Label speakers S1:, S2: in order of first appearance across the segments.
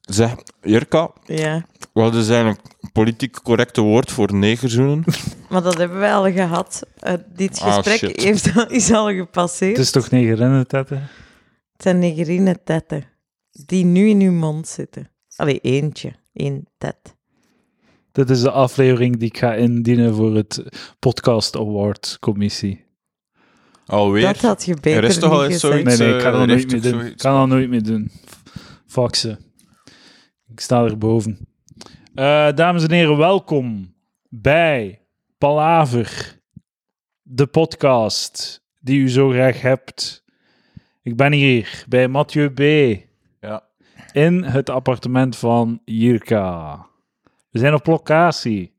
S1: Zeg, Jirka,
S2: Ja,
S1: wat is eigenlijk het politiek correcte woord voor negerzoenen?
S2: maar dat hebben wij al gehad. Eh, dit
S1: Ah,
S2: gesprek
S1: shit. Dus-
S2: heeft al- is al gepasseerd.
S3: Het is toch negerinnen, tetten?
S2: Het zijn negerine tetten die nu in uw mond zitten. Allee, eentje. Eén tet.
S3: Dit is de aflevering die ik ga indienen voor het Podcast Award Commissie.
S1: Alweer?
S2: Dat had je beter
S1: Er is toch al
S2: niet
S1: eens
S2: gezegd.
S3: Nee, nee, ik
S1: eh,
S3: kan dat
S1: er
S3: nooit
S1: heeft ook
S3: meer doen. Ik
S1: zoiets.
S3: kan dat nooit meer doen. Fuck ze. Ik sta er boven. Eh, dames en heren, welkom bij Palaver, de podcast die u zo graag hebt. Ik ben hier bij Mathieu B.
S1: Ja.
S3: In het appartement van Jirka. We zijn op locatie.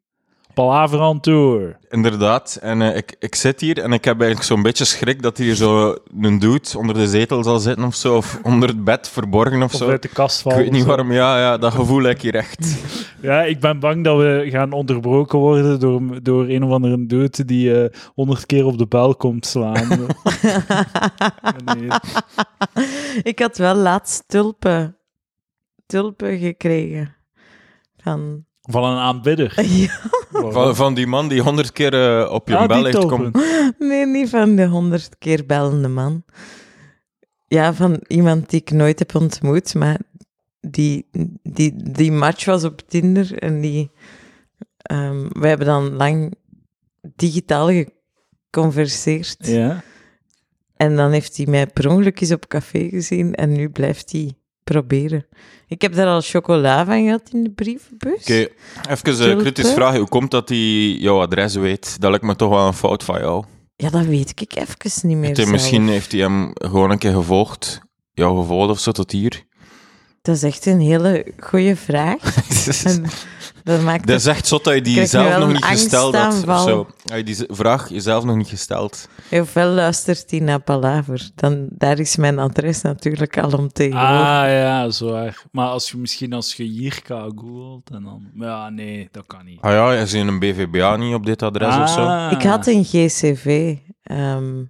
S3: Palaver on tour.
S1: Inderdaad. En eh, ik, ik zit hier en ik heb eigenlijk zo'n beetje schrik dat hier zo een dude onder de zetel zal zitten of zo, of onder het bed verborgen of,
S3: Of
S1: zo.
S3: uit de kast
S1: Ik
S3: vallen.
S1: weet niet
S3: of zo.
S1: waarom. Ja, ja, dat gevoel heb ik hier echt.
S3: Ja, ik ben bang dat we gaan onderbroken worden door, door een of andere dude die eh, honderd keer op de bel komt slaan. nee.
S2: Ik had wel laatst tulpen, tulpen gekregen. Van...
S3: Van een aanbidder.
S2: Ja,
S1: Van, van die man die honderd keer eh, op je
S3: Ah,
S1: bel
S3: die
S1: heeft
S3: tulpen.
S1: komen.
S2: nee, niet van de honderd keer bellende man. Ja, van iemand die ik nooit heb ontmoet, maar die, die, die match was op Tinder en die... ehm, we hebben dan lang digitaal geconverseerd.
S3: Ja.
S2: En dan heeft hij mij per ongeluk eens op café gezien en nu blijft hij proberen. Ik heb daar al chocola van gehad in de brievenbus.
S1: Oké, even een
S2: Tulpen.
S1: kritisch vragen. Hoe komt dat hij jouw adres weet? Dat lijkt me toch wel een fout van jou.
S2: Ja, dat weet ik even niet meer.
S1: Heeft hij,
S2: zelf.
S1: misschien heeft hij hem gewoon een keer gevolgd. Jou gevolgd of zo tot hier.
S2: Dat is echt een hele goede vraag. En dat maakt
S1: Dat is echt zot dat je die
S2: Krijg je
S1: zelf
S2: wel
S1: nog
S2: een
S1: niet gesteld had. Of
S2: angstaanval.
S1: zo. Dat je die z- vraag jezelf nog niet gesteld.
S2: Ofwel luistert hij naar Palaver. Dan, daar is mijn adres natuurlijk al om tegenwoordig.
S3: Ah ja, zwaar. Maar als je misschien als je Jirka googelt en dan... Ja, nee, dat kan niet.
S1: Ah ja, is hij een BVBA niet op dit adres of zo?
S3: Ah.
S2: Ik had een GCV. ehm,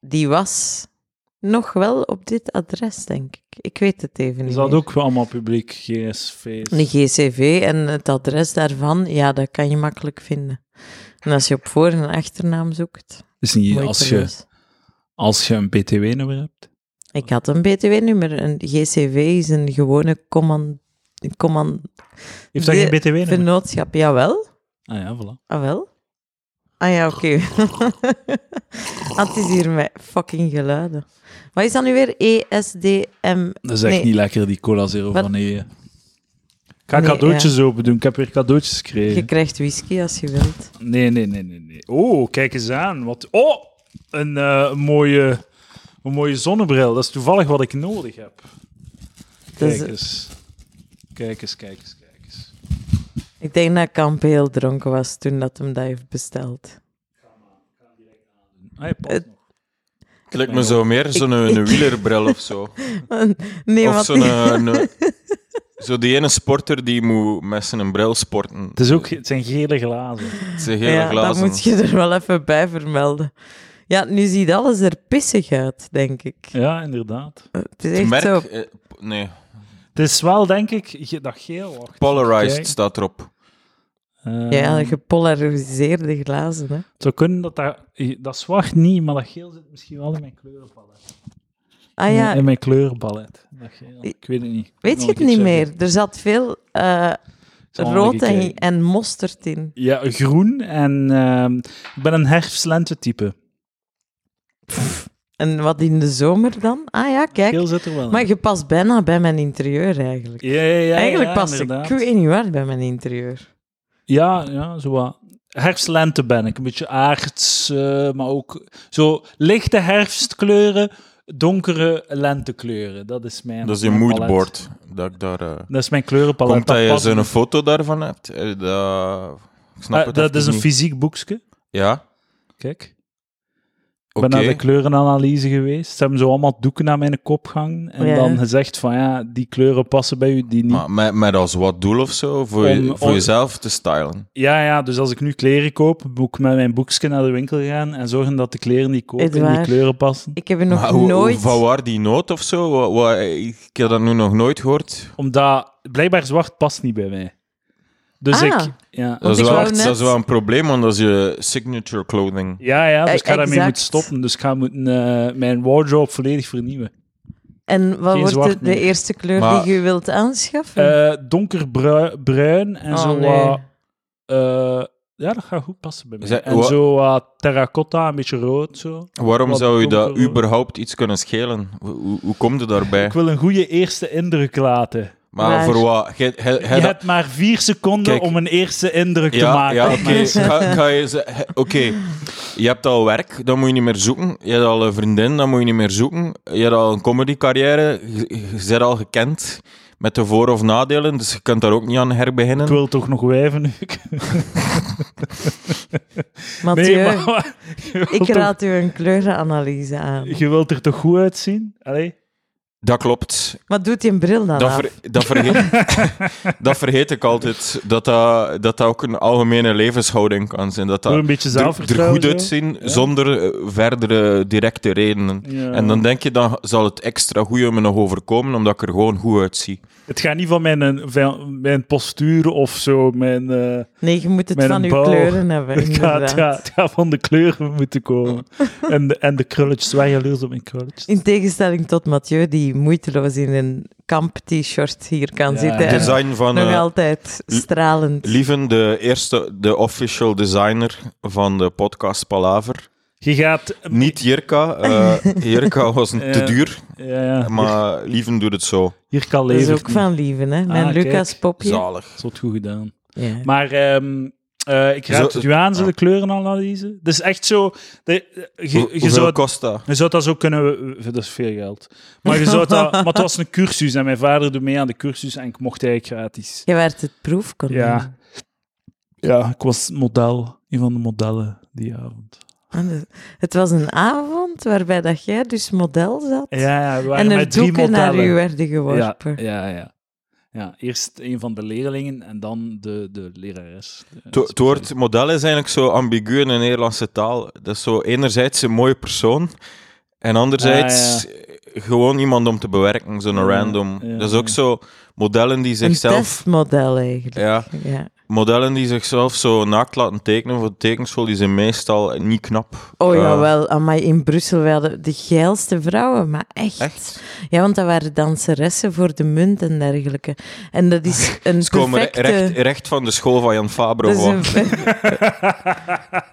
S2: die was nog wel op dit adres, denk ik. Ik weet het even niet
S3: Is dat
S2: meer.
S3: ook wel allemaal publiek? GSV's?
S2: Een GCV en het adres daarvan, ja, dat kan je makkelijk vinden. En als je op voor- en achternaam zoekt,
S3: Is niet
S2: moeite
S3: als je,
S2: loos.
S3: als je een BTW-nummer hebt?
S2: Ik had een BTW-nummer. Een GCV is een gewone command... command
S3: Heeft dat
S2: De-
S3: geen BTW-nummer?
S2: vennootschap, jawel.
S3: Ah ja, voilà.
S2: Ah, wel. Ah ja, oké. Ah, het is hier met fucking geluiden. Wat is dat nu weer? E ESDM...
S3: Dat is echt
S2: Nee.
S3: niet lekker, die cola zero
S2: Wat-
S3: van E, nee. Ik ga
S2: Nee,
S3: cadeautjes open doen. Ik heb weer cadeautjes gekregen.
S2: Je krijgt whisky als je wilt.
S3: Nee, nee, nee, nee, nee. Oh, kijk eens aan. Wat... Oh, een, eh, een mooie, een mooie zonnebril. Dat is toevallig wat ik nodig heb.
S2: Dat
S3: Kijk
S2: is-
S3: eens. Kijk eens, kijk eens, kijk eens.
S2: ik denk dat Kamp heel dronken was toen dat hem dat heeft besteld.
S3: Hey, pas
S2: Het-
S3: nog.
S1: Het lijkt me zo meer zo'n een wielerbril of zo.
S2: Nee,
S1: of
S2: want
S1: zo'n... eh, een- Zo die ene sporter die moet met zijn bril sporten.
S3: Het, is ook, het zijn gele glazen.
S1: Het zijn hele
S2: ja,
S1: glazen.
S2: dat moet je er wel even bij vermelden. Ja, nu ziet alles er pissig uit, denk ik.
S3: Ja, inderdaad.
S2: Het is
S1: Het
S2: echt
S1: merk...
S2: zo.
S1: eh, p- nee,
S3: Het is wel, denk ik, ge- dat geel. Wacht.
S1: Polarized
S3: Kijk.
S1: staat erop.
S3: Eh,
S2: Ja, gepolariseerde glazen. Hè.
S3: Het zou kunnen dat, dat dat zwart niet, maar dat geel zit misschien wel in mijn kleurenpalet.
S2: Ah ja,
S3: In mijn kleurenpalet. Dat geel. Ik weet het niet.
S2: weet je
S3: Nog
S2: het
S3: een
S2: niet
S3: keer
S2: meer?
S3: zeggen.
S2: Er zat veel eh,
S3: Ik zal nog een
S2: rood
S3: keer kijken.
S2: en, en mosterd in.
S3: Ja, groen en ehm, ik ben een herfstlente type.
S2: En wat in de zomer dan? Ah ja, kijk.
S3: Geel zit er wel in.
S2: Maar je past bijna bij mijn interieur eigenlijk.
S3: ja, ja, ja,
S2: eigenlijk
S3: ja,
S2: past ik,
S3: inderdaad.
S2: ik weet niet waar bij mijn interieur.
S3: Ja, ja, zo wat. Herfstlente ben ik. Een beetje aards, eh, maar ook zo lichte herfstkleuren, donkere lentekleuren. Dat is mijn
S1: Dat is je
S3: mijn
S1: moodboard.
S3: palet.
S1: Dat ik daar... eh,
S3: Dat is mijn kleurenpalet.
S1: Komt dat je
S3: past-
S1: zo'n foto daarvan hebt? Eh, Dat... Ik snap
S3: Eh,
S1: het
S3: dat
S1: even
S3: is een
S1: niet.
S3: fysiek boekje.
S1: Ja,
S3: Kijk.
S1: Oké.
S3: ben naar de kleurenanalyse geweest. Ze hebben zo allemaal doeken aan mijn kop gehangen. En
S2: Ja.
S3: dan gezegd van ja, die kleuren passen bij u, die niet.
S1: Maar met, met als wat doel of zo, voor, je-
S3: Hm? Om-
S1: voor
S3: om-
S1: jezelf te stylen.
S3: Ja, ja, dus als ik nu kleren koop, moet ik met mijn boekje naar de winkel gaan en zorgen dat de kleren die ik koop in die
S2: Edouard.
S3: kleuren passen.
S2: Ik heb er nog
S1: Maar hoe- hoe-
S2: nooit...
S1: Van waar die nood of zo? Wa- wa- ik heb dat nu nog nooit gehoord.
S3: Omdat blijkbaar zwart past niet bij mij. Dus
S2: Ah.
S3: ik... Ja,
S1: Dat
S2: Want
S1: is,
S2: ik
S1: wel,
S2: wou net-
S1: dat is wel een probleem, want dat is je signature clothing.
S3: ja, ja, dus ik ga
S2: Eh,
S3: daarmee
S2: exact.
S3: moeten stoppen. Dus ik ga moeten, eh, mijn wardrobe volledig vernieuwen.
S2: En wat
S3: Geen
S2: wordt
S3: zwart
S2: de, de
S3: meer.
S2: eerste kleur
S1: Maar-
S2: die je wilt aanschaffen?
S3: Eh donkerbruin bruin en
S2: Oh,
S3: zo
S2: nee.
S3: wat... eh, ja, dat gaat goed passen bij mij.
S1: Zeg,
S3: en
S1: wa-
S3: zo wat terracotta, een beetje rood zo.
S1: Waarom
S3: Wat
S1: zou je dat
S3: donkerrood.
S1: überhaupt iets kunnen schelen? Hoe, hoe, hoe kom je daarbij?
S3: Ik wil een goede eerste indruk laten.
S1: Maar
S2: Waar?
S1: voor wat? Gij- gij-
S3: Je
S1: gij dat-
S3: hebt maar vier seconden
S1: Kijk.
S3: om een eerste indruk
S1: ja,
S3: te maken.
S1: Ja,
S3: op
S1: oké.
S3: mensen.
S1: Ga- ga je ze- he- Oké, je hebt al werk, dan moet je niet meer zoeken. Je hebt al een vriendin, dan moet je niet meer zoeken. Je hebt al een comedycarrière, je, je bent al gekend met de voor- of nadelen, dus je kunt daar ook niet aan herbeginnen.
S3: Ik wil toch nog wijven nu.
S2: Mathieu,
S3: maar- je wilt
S2: ik
S3: toch-
S2: raad u een kleurenanalyse aan.
S3: Je wilt er toch goed uitzien? Allee.
S1: Dat klopt.
S2: Maar doet die een bril dan
S1: Dat,
S2: af?
S1: ver- dat, vergeet, dat vergeet ik altijd, dat dat, dat dat ook een algemene levenshouding kan zijn. Dat dat
S3: Door een beetje
S1: er- er,
S3: zelfvertrouwen.
S1: goed
S3: zo.
S1: uitzien,
S3: Ja.
S1: zonder eh, verdere directe redenen.
S3: Ja.
S1: En dan denk je, dan zal het extra goeie me nog overkomen, omdat ik er gewoon goed uitzie.
S3: Het gaat niet van mijn, eh, van mijn postuur of zo. Mijn, eh,
S2: Nee, je moet het
S3: Met
S2: van
S3: een
S2: uw
S3: bouw.
S2: kleuren hebben,
S3: het, gaat, het, gaat,
S2: inderdaad.
S3: het gaat van de kleuren moeten komen. en, de, en de krulletjes. Waar jaloers op mijn krulletjes?
S2: In tegenstelling tot Mathieu, die moeiteloos in een kamp-t-shirt hier kan
S3: Ja.
S2: zitten.
S3: Het
S2: en
S3: is
S1: Design van
S2: nog
S1: eh,
S2: altijd
S1: L-
S2: stralend.
S1: Lieven, de eerste, de official designer van de podcast Palaver.
S3: Je gaat...
S1: Niet Jirka. eh, Jirka was een te
S3: Ja.
S1: duur,
S3: Ja, ja. Hier,
S1: maar Lieven doet het zo.
S3: hier kan
S2: Dat is
S3: leven.
S2: ook van Lieven, hè? Mijn
S3: Ah, kijk.
S2: Lucas Popje.
S1: Zalig.
S3: Dat wordt goed gedaan.
S2: Ja.
S3: Maar ehm, eh, ik raad
S1: Zo-
S3: het u aan, zo de
S1: ja.
S3: kleurenanalyse. Het is echt zo... De,
S1: Hoe-
S3: je, je
S1: hoeveel
S3: zou
S1: kost dat?
S3: Je zou dat zo kunnen... Dat is veel geld. Maar, je zou dat, maar het was een cursus en mijn vader doet mee aan de cursus en ik mocht eigenlijk gratis.
S2: Je werd het proefkonijn.
S3: Ja. Ja, ik was model. Een van de modellen die avond.
S2: Ah, dat- Het was een avond waarbij dat jij dus model zat.
S3: Ja, ja we waren
S2: en er
S3: met drie
S2: doeken naar u
S3: modellen.
S2: werden
S3: Ja,
S2: geworpen.
S3: ja, ja. Ja, eerst een van de leerlingen en dan de, de lerares. Eh,
S1: Het wo- Het woord model is eigenlijk zo ambigu in de Nederlandse taal. Dat is zo enerzijds een mooie persoon, en anderzijds eh, gewoon iemand om te bewerken, zo'n
S3: Ah, Ja,
S1: random.
S3: ja,
S1: dat is ook
S3: ja.
S1: zo modellen die
S2: Een
S1: zichzelf...
S2: testmodel eigenlijk.
S1: Ja,
S2: Ja.
S1: modellen die zichzelf zo naakt laten tekenen voor de tekenschool, die zijn meestal niet knap.
S2: Oh
S1: Eh,
S2: jawel, amai, in Brussel we hadden de geilste vrouwen, maar echt.
S1: Echt?
S2: Ja, want dat waren danseressen voor de munt en dergelijke. En dat is een
S1: Ah. Ze komen re-
S2: perfecte...
S1: recht, recht van de school van Jan Fabro.
S2: dat is
S1: gewoon.
S2: een ver-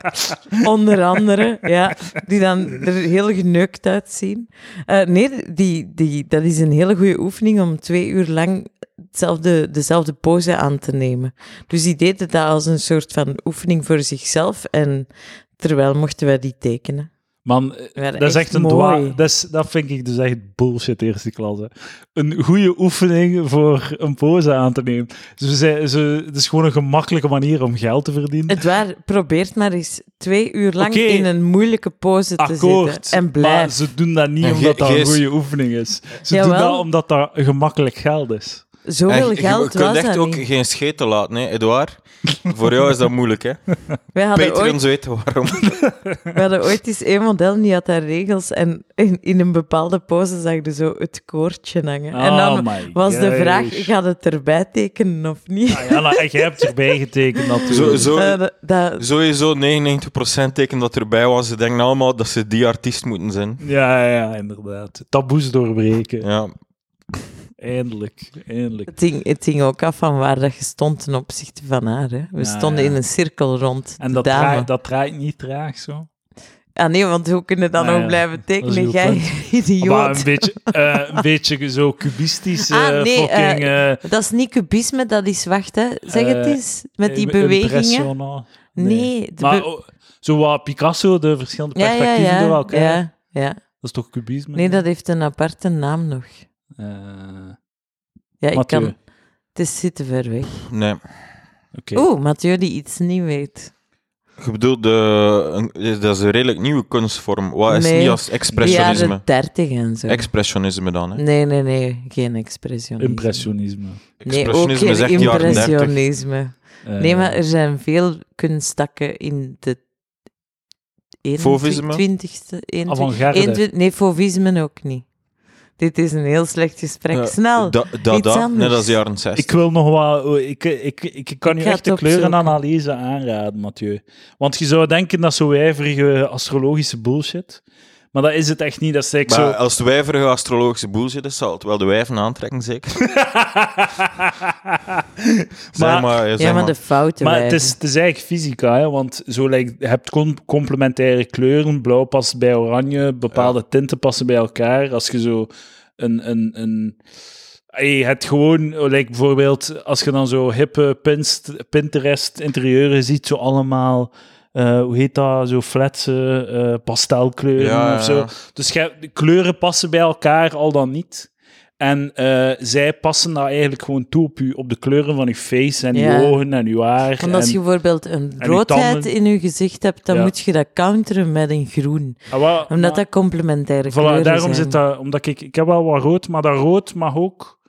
S2: Onder andere, ja, die dan er heel geneukt uitzien. Eh, nee, die, die, dat is een hele goede oefening om twee uur lang hetzelfde, dezelfde pose aan te nemen. Dus die deden dat als een soort van oefening voor zichzelf en terwijl mochten wij die tekenen.
S3: Man, eh,
S2: Ja,
S3: dat is echt een dwa.
S2: mooi.
S3: Dat, is- dat vind ik dus echt bullshit eerste klasse. Een goede oefening voor een pose aan te nemen. Ze zei, ze, het is gewoon een gemakkelijke manier om geld te verdienen.
S2: Het waar, probeert maar eens twee uur lang
S3: Oké.
S2: in een moeilijke pose te
S3: Akkoord.
S2: zitten. En
S3: maar
S2: blijf.
S3: ze doen dat niet
S1: En
S3: omdat
S1: ge-
S3: dat een
S1: geest-
S3: goede oefening is. Ze doen
S2: Jawel.
S3: dat omdat dat gemakkelijk geld is.
S2: Zoveel
S1: En je-
S2: geld
S1: je
S2: was
S1: kunt echt
S2: dat
S1: ook
S2: niet.
S1: geen scheten laten, hè, Edouard. Voor jou is dat moeilijk, hè?
S2: Wij hadden, ooit,
S1: Patrons weten waarom.
S2: wij hadden ooit eens één model en die had haar regels. En in, in een bepaalde pose zag je zo het koordje hangen. en dan
S3: Oh my
S2: was de
S3: gosh.
S2: vraag, gaat het erbij tekenen of niet?
S3: Ah ja, nou, en jij hebt erbij getekend natuurlijk.
S1: Zo, zo,
S2: Eh, dat- dat-
S1: sowieso 99% teken dat erbij was. Ze denken allemaal dat ze die artiest moeten zijn.
S3: Ja, ja, inderdaad. Taboes doorbreken.
S1: Ja,
S3: Eindelijk, eindelijk.
S2: het, hing, het hing ook af van waar dat je stond ten opzichte van haar. Hè. We
S3: Ja,
S2: stonden
S3: Ah, ja.
S2: in een cirkel rond
S3: En
S2: de
S3: dat,
S2: dame.
S3: draait, dat draait niet traag zo.
S2: Ah nee, want hoe kunnen dan
S3: Ah,
S2: nog
S3: ja.
S2: blijven
S3: Dat is
S2: tekenen?
S3: een
S2: Jij,
S3: Maar
S2: idioot.
S3: een beetje, eh, een beetje zo cubistisch. eh,
S2: Ah, nee,
S3: fucking, eh,
S2: Dat is niet cubisme, dat is, wacht hè, zeg het
S3: Eh,
S2: eens, met die
S3: im-
S2: bewegingen.
S3: impressionant.
S2: Nee, de
S3: maar
S2: be-
S3: oh, zo wat Picasso, de verschillende
S2: ja, ja,
S3: perspectieven door
S2: ja,
S3: elkaar.
S2: ja, ja.
S3: Dat is toch cubisme?
S2: Nee, dat heeft een aparte naam nog.
S3: Eh,
S2: Ja, ik
S3: Mathieu.
S2: kan... Het is zitten ver weg.
S1: nee.
S3: Oké.
S2: Oeh, Mathieu die iets niet weet.
S1: Je bedoelt, de, een- dat is een redelijk nieuwe kunstvorm. Wat is
S2: Nee,
S1: niet als
S2: De
S1: expressionisme?
S2: jaren dertig en zo.
S1: Expressionisme dan, hè?
S2: nee, nee, nee. Geen expressionisme.
S3: Impressionisme.
S2: Nee, ook
S1: Expressionisme
S2: geen
S1: zegt jaren 30.
S2: impressionisme.
S3: Eh,
S2: Nee, maar er zijn veel kunststakken in de
S1: Fauvisme?
S2: 20e, 21
S3: Avant-garde.
S2: 21 Nee, fauvisme ook niet. Dit is een heel slecht gesprek.
S1: Ja,
S2: Snel.
S1: Da, da,
S2: iets
S1: da,
S2: anders.
S1: net als de jaren 60.
S3: Ik wil nog wel... oh, Ik, ik, ik, ik kan
S2: Ik
S3: je
S2: ga
S3: echt de
S2: het opzoeken.
S3: kleurenanalyse aanraden, Mathieu. Want je zou denken dat zo wijverige astrologische bullshit. Maar dat is het echt niet. Dat is ik
S1: maar
S3: zo...
S1: als de wijverige astrologische bullshit is, zal het wel de wijven aantrekken, zeker. Zeg
S3: Maar-
S1: maar, ja,
S2: ja,
S1: zeg
S2: maar
S1: maar.
S2: de fouten
S3: Maar het is, het is eigenlijk fysica, hè? want zo, like, je hebt com- complementaire kleuren. Blauw past bij oranje, bepaalde tinten passen bij elkaar. Als je zo een. een, een Hey, je hebt gewoon, oh, like, bijvoorbeeld, als je dan zo hippe Pinst, Pinterest interieuren ziet, zo allemaal, eh, hoe heet dat, zo flatse eh, pastelkleuren
S1: Ja, ja,
S3: of zo.
S1: ja.
S3: Dus je hebt- de kleuren passen bij elkaar, al dan niet. En eh, zij passen daar eigenlijk gewoon toe op, u, op de kleuren van je face en
S2: Ja.
S3: je ogen en je haar.
S2: Want als
S3: en-
S2: je bijvoorbeeld een
S3: je
S2: roodheid
S3: tanden.
S2: in je gezicht hebt, dan
S3: Ja.
S2: moet je dat counteren met een groen.
S3: Ah, wel,
S2: Omdat
S3: maar-
S2: dat complementaire
S3: voilà,
S2: kleuren
S3: daarom
S2: zijn.
S3: zit dat... Omdat ik, ik heb wel wat rood, maar dat rood mag ook...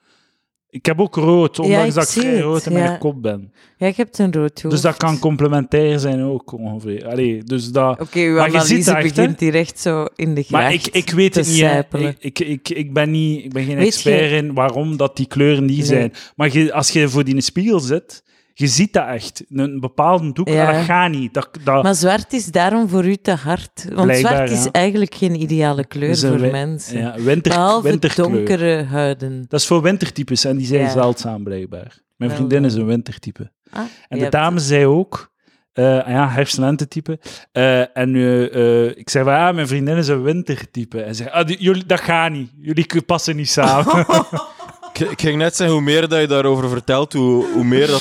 S3: Ik heb ook rood, ondanks
S2: ik
S3: dat ik
S2: zie
S3: vrij
S2: het,
S3: rood in
S2: ja.
S3: mijn kop ben.
S2: Ja, je hebt een rood hoofd.
S3: Dus dat kan complementair zijn ook, ongeveer. Allee, dus dat...
S2: Oké, uw
S3: Maar je ziet
S2: analyse
S3: dat echt, hè?
S2: begint hier echt zo in de gracht.
S3: Maar ik, ik weet
S2: te
S3: het niet. hè.
S2: sijpelen.
S3: Ik, ik, ik, ik ben niet. Ik ben geen
S2: Weet
S3: expert in waarom dat die kleuren die
S2: Nee.
S3: zijn. Maar je- als je voor die spiegel zit, je ziet dat echt. Een bepaalde doek,
S2: Ja.
S3: ah, dat gaat niet. Dat, dat,
S2: Maar zwart is daarom voor u te hard. Want
S3: Blijkbaar,
S2: zwart is
S3: ja.
S2: eigenlijk geen ideale kleur
S3: Dus een
S2: voor
S3: wi-
S2: mensen.
S3: ja, winter,
S2: Behalve
S3: winterkleur.
S2: donkere huiden.
S3: Dat is voor wintertypes en die zijn
S2: Ja.
S3: zeldzaam blijkbaar. Mijn
S2: Wel,
S3: vriendin
S2: wel.
S3: is een wintertype.
S2: Ah,
S3: En
S2: je
S3: de
S2: hebt-
S3: dame zei ook, eh, ah ja, herfst-lentetype. Eh, en eh, eh, ik zei, van, ja, mijn vriendin is een wintertype. En zei, ah, die- jullie, dat gaat niet. Jullie passen niet samen.
S1: Ik, ik ging net zeggen, hoe meer dat je daarover vertelt, hoe, hoe meer dat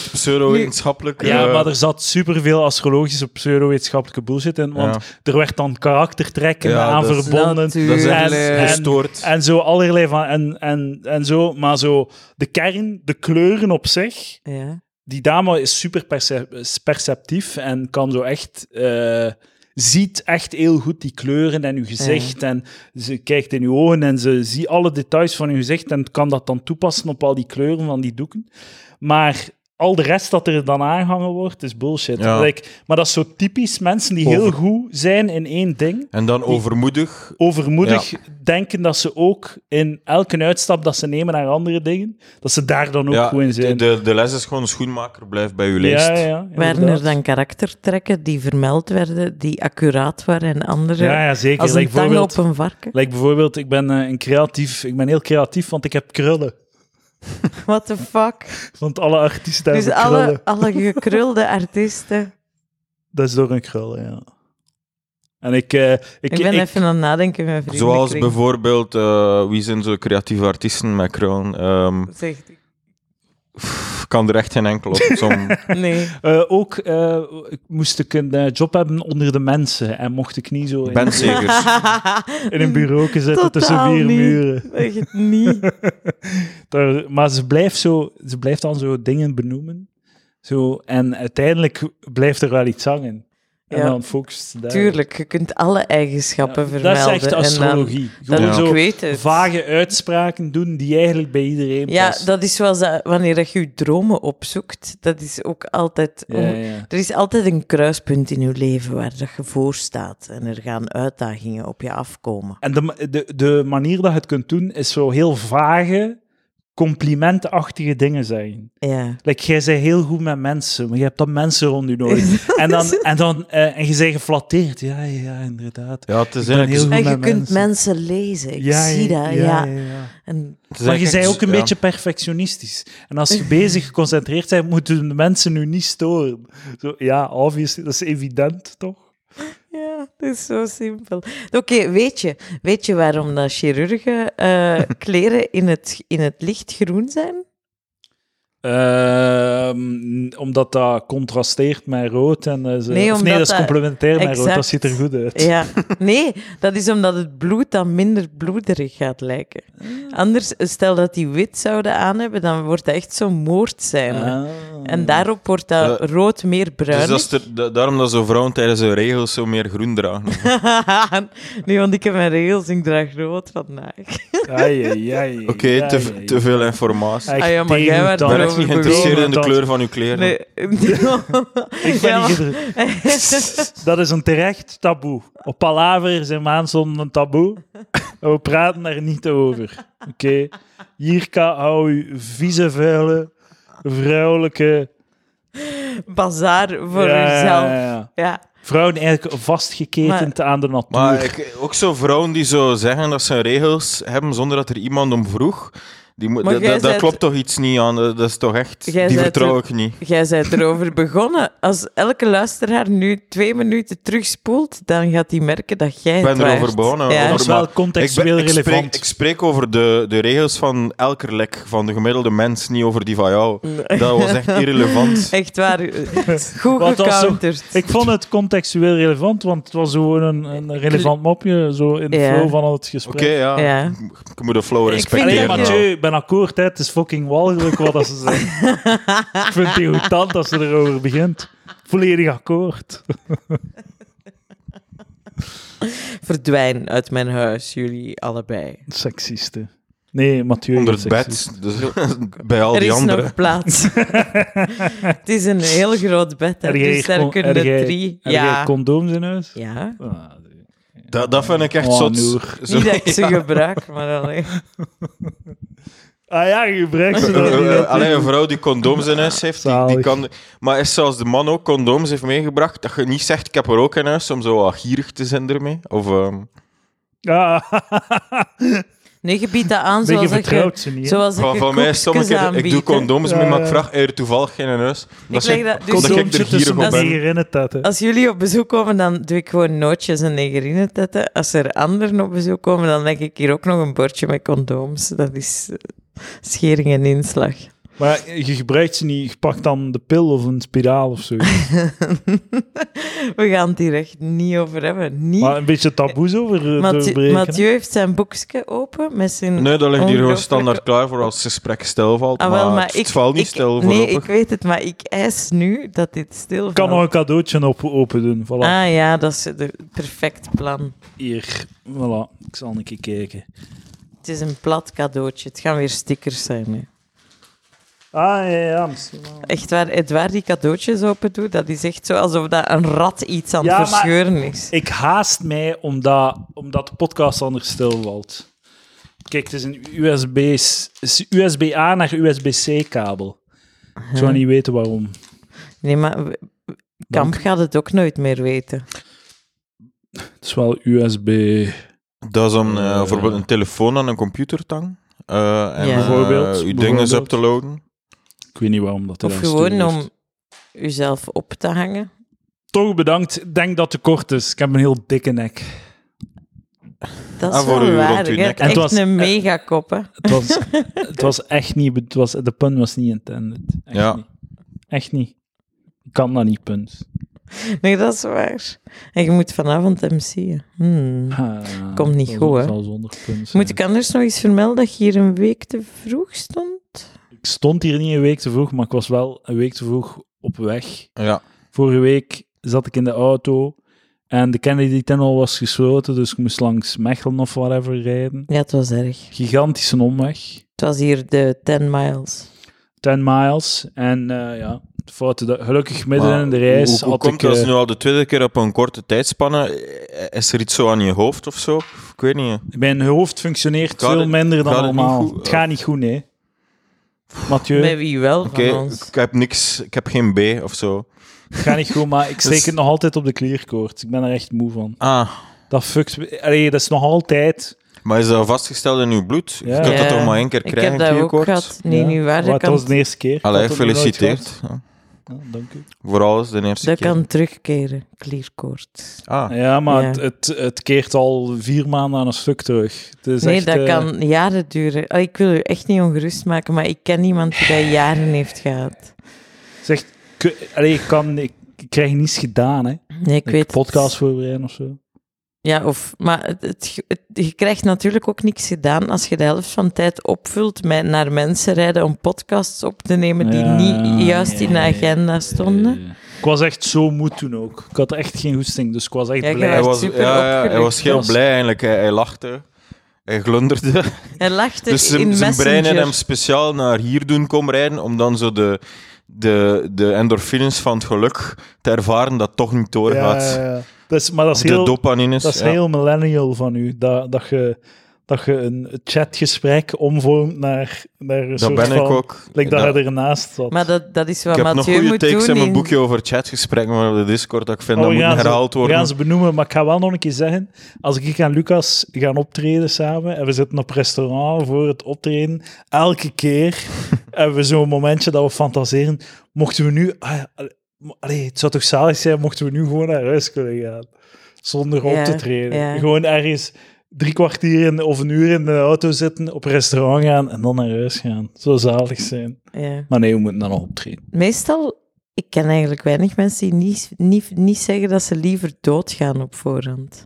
S1: pseudo-wetenschappelijk...
S3: ja,
S1: eh,
S3: maar er zat superveel astrologische pseudowetenschappelijke bullshit in. Want er werd dan karaktertrekken
S1: Ja,
S3: aan
S1: dat is-
S3: verbonden.
S2: Natuurlijk.
S1: Dat is echt
S3: En- en-
S1: gestoord.
S3: En zo allerlei van... En, en, en zo, maar zo de kern, de kleuren op zich...
S2: Ja.
S3: die dame is super percep- perceptief en kan zo echt. eh, ziet echt heel goed die kleuren en uw gezicht. En ze kijkt in uw ogen en ze ziet alle details van uw gezicht. En kan dat dan toepassen op al die kleuren van die doeken. Maar. Al de rest dat er dan aangehangen wordt, is bullshit.
S1: Ja.
S3: Like, maar dat is zo typisch mensen die heel
S1: Over-
S3: goed zijn in één ding.
S1: en dan overmoedig.
S3: Overmoedig denken dat ze ook in elke uitstap dat ze nemen naar andere dingen, dat ze daar dan ook
S1: Ja,
S3: goed in zijn.
S1: de, de les is gewoon schoenmaker, blijf bij je lijst.
S3: ja, ja, ja,
S2: Waren
S3: inderdaad.
S2: er dan karaktertrekken die vermeld werden, die accuraat waren en andere?
S3: Ja, ja zeker.
S2: als een
S3: like
S2: tang
S3: bijvoorbeeld,
S2: op een varken?
S3: like bijvoorbeeld, ik ben eh, een creatief, ik ben heel creatief, want ik heb krullen.
S2: What the fuck?
S3: Want alle artiesten
S2: Dus
S3: hebben krullen.
S2: alle, alle gekrulde artiesten.
S3: Dat is door een krullen, ja. En ik, eh, ik,
S2: Ik ben
S3: ik-
S2: even aan het nadenken met vrienden.
S1: Zoals bijvoorbeeld, eh, wie zijn zo creatieve artiesten met kroon? Ehm,
S2: Zegt
S1: pff, kan er echt geen enkel op. Som,
S2: Nee.
S3: eh, ook eh, ik- moest ik een eh, job hebben onder de mensen en mocht ik niet zo in,
S1: ben zeker.
S3: in een bureau zitten
S2: Totaal
S3: tussen vier
S2: niet.
S3: muren.
S2: Echt niet.
S3: Daar- maar ze blijft, zo, ze blijft dan zo dingen benoemen. Zo, en uiteindelijk blijft er wel iets hangen. En
S2: Ja.
S3: dan focust ze daar.
S2: Tuurlijk, je kunt alle eigenschappen
S3: Ja,
S2: vermelden.
S3: Dat is echt astrologie.
S2: En dan,
S3: Gewoon
S1: Ja.
S2: dat,
S3: zo
S2: Ik weet het.
S3: vage uitspraken doen die eigenlijk bij iedereen
S2: Ja,
S3: passen.
S2: dat is zoals dat, wanneer dat je je dromen opzoekt. Dat is ook altijd...
S3: Ja,
S2: om-
S3: ja.
S2: Er is altijd een kruispunt in je leven waar dat je voor staat. En er gaan uitdagingen op je afkomen.
S3: En de, ma- de, de manier dat je het kunt doen is zo heel vage, complimentachtige dingen zeggen.
S2: Ja.
S3: Like, jij bent heel goed met mensen, maar je hebt dan mensen rond je nodig. en, dan, en, dan, eh, en je bent geflatteerd. Ja, ja, ja, inderdaad.
S1: Ja, het is
S3: ben heel
S1: eigenlijk,
S3: goed.
S2: En
S3: met
S2: je kunt
S3: mensen.
S2: mensen lezen. Ik
S3: ja,
S2: zie dat, ja. En
S1: het is
S3: Maar je
S1: eigenlijk
S3: bent
S1: echt-
S3: ook een
S1: ja.
S3: beetje perfectionistisch. En als je bezig geconcentreerd bent, moeten de mensen nu niet storen. Zo, ja, obvious, dat is evident, toch?
S2: Ja, dat is zo simpel. Oké, weet, je, weet je waarom dat chirurgen eh, kleren in het, in het lichtgroen zijn?
S3: Ehm, omdat dat contrasteert met rood. En, eh, ze-
S2: Nee,
S3: of nee,
S2: omdat
S3: dat is
S2: dat-
S3: complementair met rood. Dat
S2: exact.
S3: ziet er goed uit.
S2: Ja, nee, dat is omdat het bloed dan minder bloederig gaat lijken. Anders, stel dat die wit zouden aan hebben, dan wordt dat echt zo'n moordcijmer.
S3: Ah.
S2: En daarop wordt dat
S1: Eh,
S2: rood meer
S1: Dus
S2: bruin.
S1: dat is ter- da- daarom dat zo vrouwen tijdens hun regels zo meer groen dragen.
S2: nee, want ik heb mijn regels, ik draag rood vandaag.
S3: Ai, ai, ai,
S1: Oké,
S3: ai,
S1: te, v-
S3: ai.
S1: te veel informatie.
S3: Echt
S2: Ah ja, maar jij werd
S1: Ik
S3: tegenstand.
S1: ben echt
S2: daarover
S1: niet geïnteresseerd in de
S3: begonnen.
S1: kleur van uw kleren.
S2: Nee.
S3: Ik ben niet geïnteresseerd. Dat is een terecht taboe. Op Palaver is in Maanson een taboe. En we praten daar niet over. Oké? Jirka, hou uw vieze, vuile, vrouwelijke...
S2: Bazaar voor
S3: Ja, ja,
S2: jezelf.
S3: ja,
S2: Ja,
S3: ja. Vrouwen eigenlijk vastgeketend aan de natuur.
S1: Maar ik, ook zo vrouwen die zo zeggen dat ze regels hebben zonder dat er iemand om vroeg. Die moet,
S2: Maar
S1: dat
S2: jij
S1: dat- dat
S2: zijt-
S1: klopt toch iets niet aan? Dat dat is toch echt...
S2: Jij
S1: die
S2: zijt
S1: vertrouw
S2: ook-
S1: ik niet.
S2: Jij bent erover begonnen. Als elke luisteraar nu twee minuten terugspoelt, dan gaat hij merken dat jij
S1: Ik ben
S2: het waart.
S1: erover begonnen.
S2: Ja.
S1: over
S3: dat is wel
S1: maar- ik, ben-
S3: contextueel
S1: ik spreek,
S3: relevant.
S1: ik spreek over de, de regels van elker lek, van de gemiddelde mens, niet over die van jou. Dat was echt irrelevant.
S2: Echt waar. Goed
S3: Wat was zo-
S2: gecounterd.
S3: Ik vond het contextueel relevant, want het was gewoon een, een relevant mopje, zo in de
S2: Ja.
S3: flow van het gesprek.
S1: Oké, ja.
S2: Ja.
S1: Ik moet de flow
S2: Ik vind
S1: respecteren.
S3: Allee,
S2: Teer
S3: Mathieu,
S1: nou.
S3: ik ben akkoord, hè. het is fucking walgelijk wat dat ze zeggen. ik vind het irritant als ze erover begint. Volledig akkoord.
S2: Verdwijn uit mijn huis, jullie allebei.
S3: Sexiste. Nee, Mathieu.
S1: Onder
S3: is
S1: het bed,
S3: seksist.
S1: dus bij al
S2: er is
S1: die anderen.
S2: nog plaats. het is een heel groot bed, hè,
S3: Heb jij
S2: dus daar
S3: con-
S2: kunnen
S3: heb jij-
S2: drie.
S3: Heb jij
S2: Ja.
S3: condooms in huis?
S2: ja.
S3: Ah,
S1: Dat, dat vind ik echt
S3: Oh,
S1: zot.
S3: Noer.
S1: Zo-
S2: Niet dat ik ze gebruik, maar alleen.
S3: Ah ja, je gebruikt ze nog niet. Ah,
S1: Eh, eh, Alleen een vrouw die condooms in huis heeft, die, die
S3: Zalig.
S1: kan... Maar is zoals de man ook condooms heeft meegebracht, dat je niet zegt, ik heb er ook in huis, om zo wat gierig te zijn ermee. Of, ehm,
S3: Ah,
S2: Nee, je biedt dat aan
S3: je
S2: zoals dat je...
S3: vertrouwt ze niet. hè?
S2: Zoals
S1: van,
S2: ik
S1: van mij is sommige keer, ik doe condooms mee,
S3: Ja,
S1: maar ik
S3: ja.
S1: vraag er toevallig geen in huis. Dat
S2: leg
S1: ik,
S2: dat- dus
S1: dat ik
S3: Condooms
S1: er
S3: zitten
S1: gierig op
S3: soms
S1: ben.
S3: hier in het dat, hè.
S2: Als jullie op bezoek komen, dan doe ik gewoon nootjes en negerinnentetten. Als er anderen op bezoek komen, dan leg ik hier ook nog een bordje met condooms. Dat is eh, schering en inslag.
S3: Maar je gebruikt ze niet, je pakt dan de pil of een spiraal of zo.
S2: We gaan het hier echt niet over hebben. Niet.
S3: Maar een beetje taboes over eh,
S2: Mathieu,
S3: doorbreken. hè.
S2: Mathieu heeft zijn boekje open met zijn...
S1: Nee, dat ligt hier gewoon
S2: Ongelooflijk.
S1: standaard klaar voor als het gesprek stil valt.
S2: Ah,
S1: maar
S2: wel, maar
S1: het
S2: ik,
S1: valt niet
S2: ik-
S1: stil
S2: Nee,
S1: voorlopig.
S2: ik weet het, maar ik eis nu dat dit stil
S3: Ik kan nog een cadeautje op, open doen. Voilà.
S2: Ah ja, dat is het perfect plan.
S3: Hier, voilà. Ik zal een keer kijken.
S2: Het is een plat cadeautje. Het gaan weer stickers zijn. Hè.
S3: Ah, ja, ja. misschien wel.
S2: Echt waar, Edouard die cadeautjes open doet, dat is echt zo alsof dat een rat iets aan het
S3: Ja, maar-
S2: verscheuren is.
S3: Ik haast mij omdat, omdat de podcast anders stilvalt. Kijk, het is een USB, s- s- USB-A naar USB-C-kabel. Ik zou niet weten waarom.
S2: Nee, maar w- Kamp gaat het ook nooit meer weten.
S3: Het is wel USB.
S1: Dat is om eh,
S3: Eh.
S1: bijvoorbeeld een telefoon aan een computertang. eh en
S2: Ja.
S1: eh,
S3: Bijvoorbeeld,
S1: uw dingen
S3: bijvoorbeeld.
S1: eens up te loaden.
S3: Ik weet niet waarom dat
S2: Of
S3: eraan stuur
S2: gewoon
S3: heeft.
S2: om uzelf op te hangen.
S3: Toch bedankt. Ik denk dat het te kort is. Ik heb een heel dikke nek.
S2: Dat
S1: Ah,
S2: is
S1: voor
S2: wel
S1: u
S2: waar.
S1: rond uw
S2: Je
S1: nek.
S2: hebt
S3: En het
S2: echt
S3: was-
S2: een megakop, hè.
S3: Het was, het was echt niet... be- Het was, de pun was niet intended. Echt
S1: Ja.
S3: niet. Echt niet. Ik kan dat niet, punt.
S2: Nee, dat is waar. En je moet vanavond MC'en. Hmm.
S3: Ah,
S2: Komt niet
S3: dat
S2: goed, hè?
S3: zal zonder punt zijn.
S2: Moet ik anders nog eens vermelden dat je hier een week te vroeg stond?
S3: Ik stond hier niet een week te vroeg, maar ik was wel een week te vroeg op weg.
S1: Ja.
S3: Vorige week zat ik in de auto en de Kennedy Tunnel was gesloten, dus ik moest langs Mechelen of whatever rijden.
S2: Ja, het was erg.
S3: Gigantische omweg.
S2: Het was hier de 10 miles.
S3: 10 miles. En eh, ja, de foute dag. Gelukkig midden
S1: Maar
S3: in de reis
S1: Hoe, hoe
S3: had
S1: komt
S3: ik...
S1: dat?
S3: eh,
S1: is nu al de tweede keer op een korte tijdspanne. Eh, Is er iets zo aan je hoofd of zo? Ik weet niet.
S3: Mijn hoofd functioneert
S1: Gaat
S3: veel
S1: het-
S3: minder dan
S1: gaat het niet
S3: normaal.
S1: goed?
S3: het gaat niet goed, nee. Mathieu,
S2: Bij wie wel
S1: Oké,
S2: van
S1: ik
S2: ons?
S1: ik heb niks. Ik heb geen B of zo.
S3: het gaat niet goed, maar ik steek
S1: Dus-
S3: het nog altijd op de klierkoord. Ik ben er echt moe van.
S1: Ah,
S3: Dat fuckt... Allee, dat is nog altijd...
S1: maar is dat vastgesteld in uw bloed?
S3: Ja.
S1: Je kunt dat
S2: Ja,
S1: toch maar één keer
S2: Ik
S1: krijgen,
S2: heb dat ook
S1: klierkoort?
S2: gehad. Nee,
S3: Ja.
S2: nu waar.
S3: Maar
S2: Dat
S3: het
S2: kan
S3: was de eerste keer. Ik
S1: Allee,
S3: had het nog nooit
S1: gefeliciteerd. Ja.
S3: Ja, dank u.
S1: Voor alles de eerste
S2: Dat
S1: keer.
S2: kan terugkeren, klierkoorts.
S1: Ah,
S3: Ja, maar
S2: Ja.
S3: Het, het, het keert al vier maanden aan een stuk terug. Het is
S2: nee,
S3: echt,
S2: dat
S3: eh,
S2: kan jaren duren. Oh, ik wil u echt niet ongerust maken, maar ik ken iemand die dat jaren heeft gehad.
S3: Zeg, ik, allee, ik, kan, ik, ik krijg niets gedaan, hè. Ik,
S2: Nee, ik, weet het.
S3: podcast voorbereiden of zo.
S2: Ja, of, maar het, het- het- je krijgt natuurlijk ook niks gedaan als je de helft van de tijd opvult met naar mensen rijden om podcasts op te nemen die
S3: Ja,
S2: niet juist in de
S3: nee,
S2: agenda stonden.
S3: Eh, ik was echt zo moe toen ook. Ik had echt geen goesting, dus ik was echt
S2: Ja, ik
S3: blij.
S1: hij was,
S2: super
S1: ja, ja, hij
S2: opgelucht
S1: was heel
S3: was.
S1: blij eigenlijk. Hij, hij lachte, hij glunderde.
S2: Hij lachte
S1: Dus
S2: in
S1: zijn, zijn brein
S2: Messenger.
S1: en hem speciaal naar hier doen komen rijden om dan zo de, de, de endorfines van het geluk te ervaren dat toch niet
S3: Ja,
S1: doorgaat.
S3: ja, ja. Dat is, maar dat is
S1: De
S3: heel...
S1: dopamines.
S3: Dat is
S1: ja.
S3: heel millennial van u, dat, dat, je, dat je een chatgesprek omvormt naar, naar een
S1: dat
S3: soort
S1: ben ik
S3: van-
S1: ook.
S3: Like dat,
S1: Dat-
S3: hij ernaast zat.
S2: Maar dat, dat is wat
S1: ik heb nog
S2: Mathieu
S1: goede
S2: moet
S1: takes
S2: doen.
S1: in mijn
S2: in-
S1: boekje over chatgesprekken maar op de Discord dat ik vind
S3: Maar
S1: dat
S3: Oh, we
S1: moet
S3: gaan ze-
S1: herhaald
S3: We gaan
S1: worden.
S3: ze benoemen, maar ik ga wel nog een keer zeggen, als ik en Lucas gaan optreden samen en we zitten op restaurant voor het optreden, elke keer hebben we zo'n momentje dat we fantaseren, mochten we nu... ah ja, allee, mo- allee, het zou toch zalig zijn mochten we nu gewoon naar huis kunnen gaan, zonder
S2: Ja,
S3: op te treden.
S2: ja.
S3: Gewoon ergens drie kwartier in- of een uur in de auto zitten, op restaurant gaan en dan naar huis gaan. Zou zalig zijn.
S2: Ja.
S3: Maar nee, we moeten dan nog optreden.
S2: Meestal, ik ken eigenlijk weinig mensen die niet, niet, niet zeggen dat ze liever doodgaan op voorhand.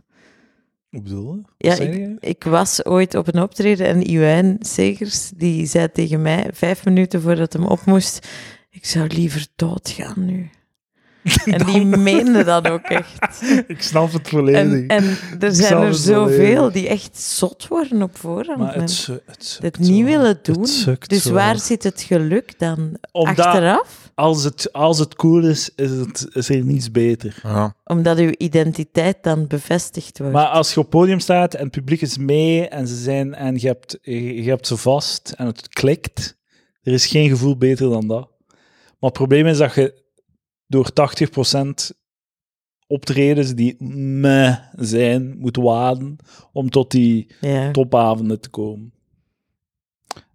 S3: Hoe bedoel je? Wat
S2: Ja,
S3: zei je?
S2: Ik was ooit op een optreden en Iwijn Segers, die zei tegen mij, vijf minuten voordat hem op moest, ik zou liever doodgaan nu. En die meende dat ook echt.
S3: Ik snap het volledig.
S2: En, en er zijn
S3: snap
S2: er
S3: het wel,
S2: zoveel
S3: ja.
S2: die echt zot worden op voorhand.
S3: Maar het,
S2: en
S3: zu- het zukt
S2: dat niet
S3: zo.
S2: willen doen.
S3: Het zukt
S2: dus
S3: zo.
S2: waar zit het geluk dan?
S3: Omdat
S2: Achteraf?
S3: als, het, als het cool is, is, het, is er niets beter.
S1: Ja.
S2: Omdat uw identiteit dan bevestigd wordt.
S3: Maar als je op het podium staat en het publiek is mee en, ze zijn, en je, hebt, je je hebt ze vast en het klikt, er is geen gevoel beter dan dat. Maar het probleem is dat je door 80% optredens die meh zijn, moet waden om tot die
S2: ja.
S3: topavonden te komen.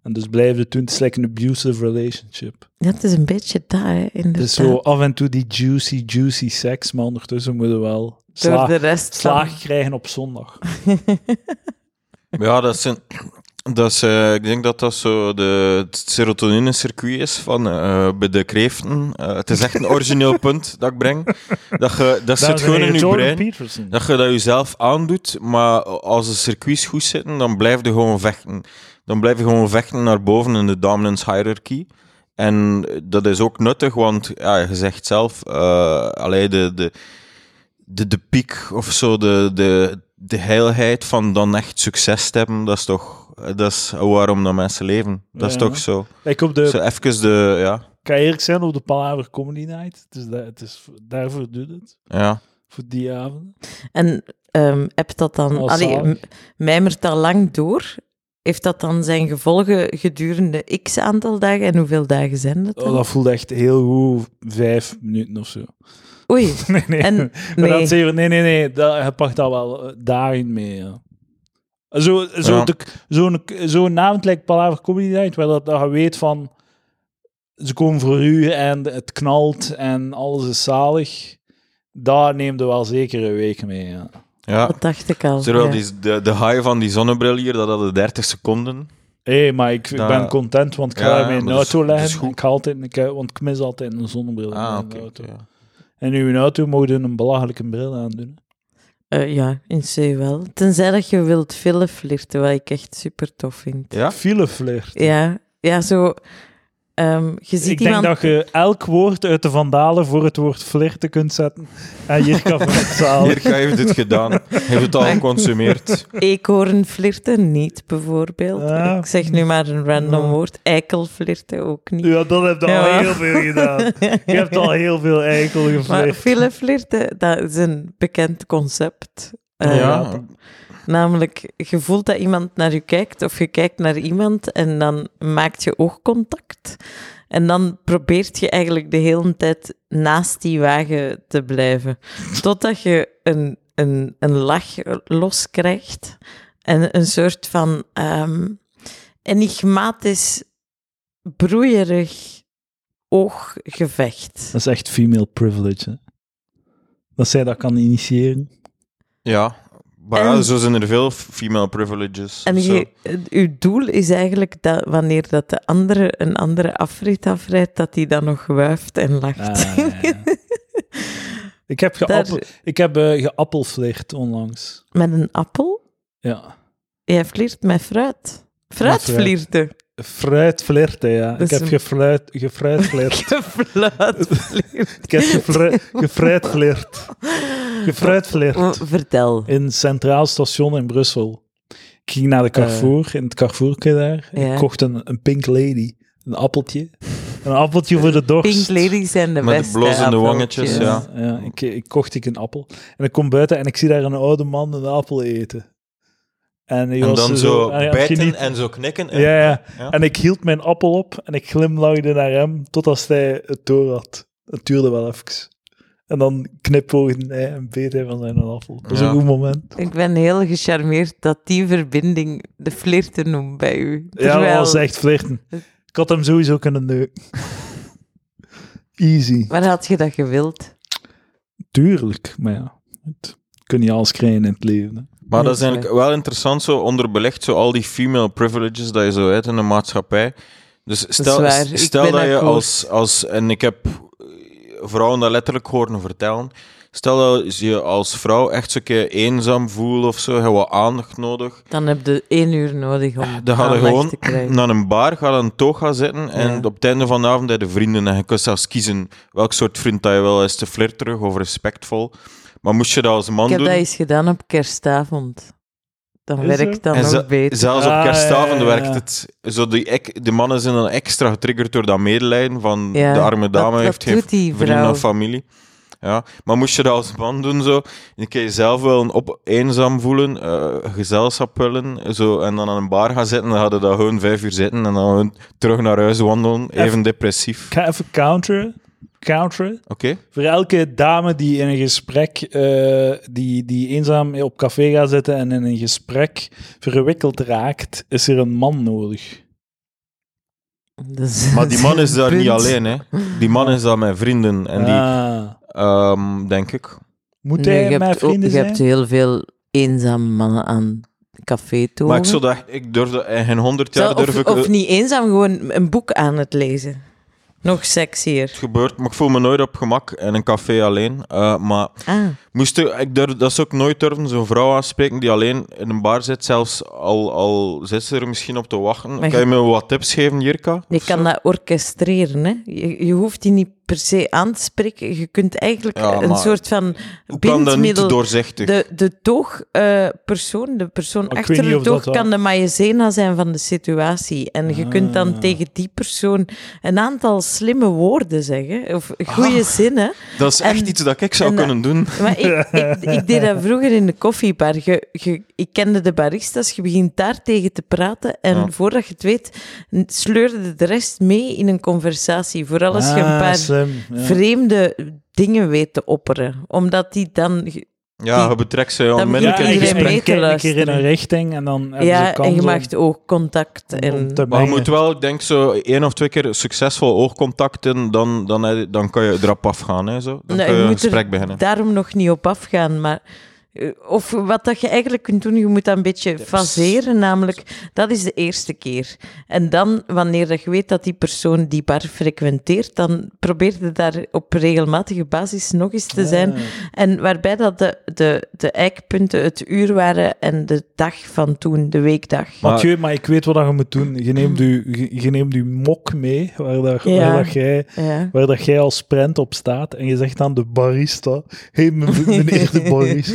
S3: En dus blijven het doen. Het is like an abusive relationship.
S2: Ja, het is een beetje dat, hè, inderdaad.
S3: Dus zo af en toe die juicy, juicy seks, maar ondertussen moeten we wel
S2: Door
S3: slaag,
S2: de rest van-
S3: slaag krijgen op zondag.
S1: Ja, dat zijn. Dat is, eh, ik denk dat dat zo de, het serotonine-circuit is van eh, bij de kreeften. Eh, het is echt een origineel punt dat ik breng. Dat, je, dat
S3: Dames en
S1: zit gewoon
S3: heren,
S1: in je
S3: Jordan
S1: brein.
S3: Peterson.
S1: Dat je dat jezelf aandoet, maar als de circuits goed zitten, dan blijf je gewoon vechten. Dan blijf je gewoon vechten naar boven in de dominance hierarchy. En dat is ook nuttig, want ja, je zegt zelf, eh allee, de, de, de, de piek of zo, de, de, de heilheid van dan echt succes te hebben, dat is toch dat is waarom dat mensen leven. Dat is
S3: Ja.
S1: toch zo.
S3: Ik op de,
S1: Zo even de, ja,
S3: kan je eerlijk zijn, op de Palaver Comedy Night. Dus dat, het is, daarvoor doet het.
S1: ja.
S3: Voor die avond.
S2: En ehm hebt dat dan,
S3: Wel
S2: allee,
S3: Oh,
S2: mm,
S3: zalig.
S2: m- mijmert dat lang door? Heeft dat dan zijn gevolgen gedurende x aantal dagen? En hoeveel dagen zijn dat dan?
S3: Oh, dat voelde echt heel goed. Vijf minuten of zo.
S2: Oei,
S3: Nee, nee.
S2: En-
S3: Maar
S2: nee.
S3: dat zeer- nee, nee, nee. Dat, je pakt dat wel eh, daarin mee, ja. Zo- Zo'n zo
S1: Ja.
S3: zo'n zo'n avond lijkt Palaver Comedy Night, waar dat, dat je weet van... Ze komen voor u en het knalt en alles is zalig. Dat neemt er wel zeker een week mee, ja.
S1: ja.
S2: dat dacht ik al.
S1: Terwijl
S2: ja.
S1: die, de, de high van die zonnebril hier, dat hadden 30 seconden.
S3: Hé, maar ik, ik
S1: Dat-
S3: ben content, want ik ga
S1: Ja,
S3: daarmee in de
S1: maar dat is-
S3: auto
S1: dat is
S3: leggen.
S1: goed.
S3: Ik ga altijd, ik, heb- want ik mis altijd een zonnebril
S1: Ah,
S3: in
S1: oké.
S3: de auto.
S1: oké, ja.
S3: En nu in auto mogen we een belachelijke bril aandoen.
S2: Eh, ja, in C wel. Tenzij dat je wilt filmen flirten, wat ik echt super tof vind.
S1: Ja?
S3: File flair.
S2: Ja, ja zo... ehm, je ziet
S3: ik denk
S2: iemand...
S3: dat je elk woord uit de vandalen voor het woord flirten kunt zetten. En hier kan van het zaal.
S1: Jirka heeft dit gedaan. Hij heeft het al
S2: Maar-
S1: geconsumeerd.
S2: Eekhoorn flirten niet, bijvoorbeeld.
S3: Ah.
S2: Ik zeg nu maar een random
S3: Ja.
S2: woord. Eikel flirten ook niet.
S3: Ja, dat heb je al
S2: Ja.
S3: heel veel gedaan. Je hebt al heel veel eikel
S2: Maar
S3: geflirt.
S2: file flirten, dat is een bekend concept. Eh,
S1: ja.
S2: Namelijk, je voelt dat iemand naar je kijkt of je kijkt naar iemand en dan maakt je oogcontact. En dan probeert je eigenlijk de hele tijd naast die wagen te blijven. Totdat je een, een, een lach loskrijgt en een soort van ehm, enigmatisch, broeierig ooggevecht.
S3: Dat is echt female privilege. Hè? Dat zij dat kan initiëren.
S1: Ja. Maar ja,
S2: En-
S1: zo zijn er veel female privileges.
S2: En
S1: of zo.
S2: je, het- uw doel is eigenlijk dat wanneer dat de andere een andere afrit afrijdt, dat die dan nog wuift en
S3: Ah,
S2: lacht.
S3: ja, ja. ik heb,
S2: Daar-
S3: geappel, ik heb eh, geappelflirt onlangs.
S2: met een appel?
S3: Ja.
S2: Jij flirt met fruit. Fruit
S3: fruit.
S2: flirten.
S3: Fruitflirten, ja.
S2: Dat
S3: ik
S2: is
S3: heb
S2: een-
S3: gefruit, gefruitflirt.
S2: Gefluit
S3: ik heb
S2: flirten.
S3: gefru- gefruitflirt.
S2: Oh,
S3: Gefruitflirt.
S2: Vertel.
S3: In Centraal Station in Brussel. Ik ging naar de Carrefour, in het Carrefourke daar.
S2: Ja.
S3: Ik kocht een, een Pink Lady. Een appeltje. Een appeltje voor de dorst.
S2: Pink ladies zijn de
S1: Met de
S2: beste.
S1: blozende wangetjes,
S2: appeltjes.
S1: ja.
S3: ja ik, ik kocht ik een appel. En ik kom buiten en ik zie daar een oude man een appel eten. En, hij
S1: En
S3: was ah
S1: dan zo
S3: aan het
S1: bijten
S3: genieten.
S1: en zo knikken. En,
S3: Ja, ja.
S1: Ja.
S3: En ik hield mijn appel op en ik glimlachte naar hem totdat hij het door had. Het duurde wel even. En dan knipoogde hij en beet hij van zijn appel. Dat was
S1: Ja.
S3: een goed moment.
S2: Ik ben heel gecharmeerd dat die verbinding de flirten noemt bij u.
S3: Ja,
S2: Terwijl-
S3: dat was echt flirten. Ik had hem sowieso kunnen neuken. Easy.
S2: Waar had je dat gewild?
S3: Tuurlijk, maar ja. Het, je kunt niet alles krijgen in het leven. hè.
S1: Maar dat is
S2: Nee.
S1: eigenlijk wel interessant, zo onderbelegd, zo al die female privileges dat je zo hebt in de maatschappij. Dus stel
S2: waar.
S1: s-
S2: Ik
S1: stel
S2: ben
S1: dat je
S2: akkoord.
S1: als, als, en ik heb eh, vrouwen dat letterlijk horen vertellen, stel dat je als vrouw echt zo'n keer eenzaam voelt of zo, je hebt wat aandacht nodig,
S2: Dan heb je één uur nodig om
S1: dan ga je
S2: aandacht
S1: gewoon
S2: te krijgen.
S1: naar een bar, ga aan een toga zitten en
S2: Ja.
S1: op het einde van de avond heb je vrienden en je kunt zelfs kiezen welk soort vriend dat je wil, is te flirterig of respectvol. Maar moest je dat als man
S2: Ik heb
S1: doen...
S2: dat eens gedaan op kerstavond. Dan
S3: Is
S2: werkt
S3: het?
S2: dat
S1: En
S2: nog
S1: ze-
S2: beter.
S1: Zelfs
S3: Ah,
S1: op kerstavond
S3: ja, ja, ja.
S1: werkt het. Zo die, ek- de mannen zijn dan extra getriggerd door dat medelijden van
S2: Ja,
S1: de arme dame
S2: dat,
S1: heeft
S2: dat
S1: geen
S2: doet die
S1: vrienden
S2: vrouw.
S1: of familie. Ja, maar moest je dat als man doen zo, dan kun je zelf wel een op eenzaam voelen, eh, gezelschap willen, zo, en dan aan een bar gaan zitten, dan hadden dat gewoon vijf uur zitten en dan gewoon terug naar huis wandelen, even depressief.
S3: Ik ga even counteren. Counteren.
S1: Oké?
S3: Voor elke dame die in een gesprek, eh, die, die eenzaam op café gaat zitten en in een gesprek verwikkeld raakt, is er een man nodig.
S2: Dus-
S1: Maar die man is daar niet
S2: Punt.
S1: alleen, hè. Die man is daar met vrienden, en die,
S3: Ah,
S1: ehm, denk ik.
S3: moet
S2: Nee,
S3: hij
S2: je
S3: mijn
S2: hebt, ook-
S3: vrienden
S2: je
S3: zijn?
S2: hebt heel veel eenzame mannen aan café toe.
S1: Maar ik zou dat, ik durf dat, in geen honderd jaar durf
S2: of,
S1: ik...
S2: of niet eenzaam, gewoon een boek aan het lezen. Nog sexier.
S1: Het gebeurt, maar ik voel me nooit op gemak in een café alleen. Eh, maar
S2: Ah,
S1: moest je, ik durf, dat zou ik nooit durven, zo'n vrouw aanspreken die alleen in een bar zit, zelfs al, al zit ze er misschien op te wachten.
S2: Maar
S1: kan je
S2: je-
S1: me wat tips geven, Jirka?
S2: je
S1: Of zo?
S2: kan dat orchestreren. Hè? Je, je hoeft die niet per se aan te spreken. Je kunt eigenlijk
S1: Ja,
S2: een
S1: maar
S2: soort van
S1: Hoe kan dat niet
S2: bindmiddel...
S1: doorzichtig?
S2: De, de toogpersoon, de persoon
S3: weet
S2: achter
S3: niet
S2: de
S3: of dat
S2: toog,
S3: wel-
S2: kan de maïzena zijn van de situatie. En je kunt
S3: Ah.
S2: dan tegen die persoon een aantal slimme woorden zeggen, of goede
S3: Ah.
S2: zinnen.
S1: dat is echt
S2: en-
S1: iets dat ik zou
S2: en-
S1: kunnen doen.
S2: Maar ik, ik, ik deed dat vroeger in de koffiebar. Je, je- ik kende de baristas, je begint daar tegen te praten en
S1: Ja.
S2: voordat je het weet, n- sleurde de rest mee in een conversatie. Vooral als je
S3: Ah,
S2: een paar
S3: slim, ja.
S2: vreemde dingen weet te opperen. Omdat die
S3: Ah,
S2: dan...
S3: dus
S2: ge-
S1: Ja,
S2: Die-
S1: je betrekt ze
S3: Ja,
S1: onmiddellijk
S3: en
S1: in
S3: je-
S2: iedereen
S3: en je
S1: gesprek.
S2: mee
S3: kijkt
S2: te
S3: een keer in
S2: luisteren.
S3: een richting en dan hebben ze
S2: Ja,
S3: kans
S2: en je
S3: om-
S2: maakt oogcontact.
S3: om- om
S2: En...
S3: te
S1: Maar je
S3: mengen.
S1: moet wel, ik denk zo één of twee keer succesvol oogcontact in, dan, dan, dan, dan kan je erop afgaan. Hè, zo. Dan kan
S2: Nou,
S1: je
S2: je
S1: een
S2: moet er
S1: gesprek beginnen.
S2: daarom nog niet op afgaan, maar... eh, Of wat dat je eigenlijk kunt doen, je moet dat een beetje faseren, namelijk dat is de eerste keer. En dan, wanneer dat je weet dat die persoon die bar frequenteert, dan probeer je daar op regelmatige basis nog eens te zijn.
S3: Ah.
S2: En waarbij dat de, de, de eikpunten het uur waren en de dag van toen, de weekdag.
S1: Maar-
S3: Mathieu, maar ik weet wat dat je moet doen. Je neemt je, je- je, neemt je mok mee, waar, dat, waar
S2: Ja.
S3: dat jij
S2: Ja.
S3: waar dat jij als prent op staat en je zegt aan de barista, hey, me- meneer de barista,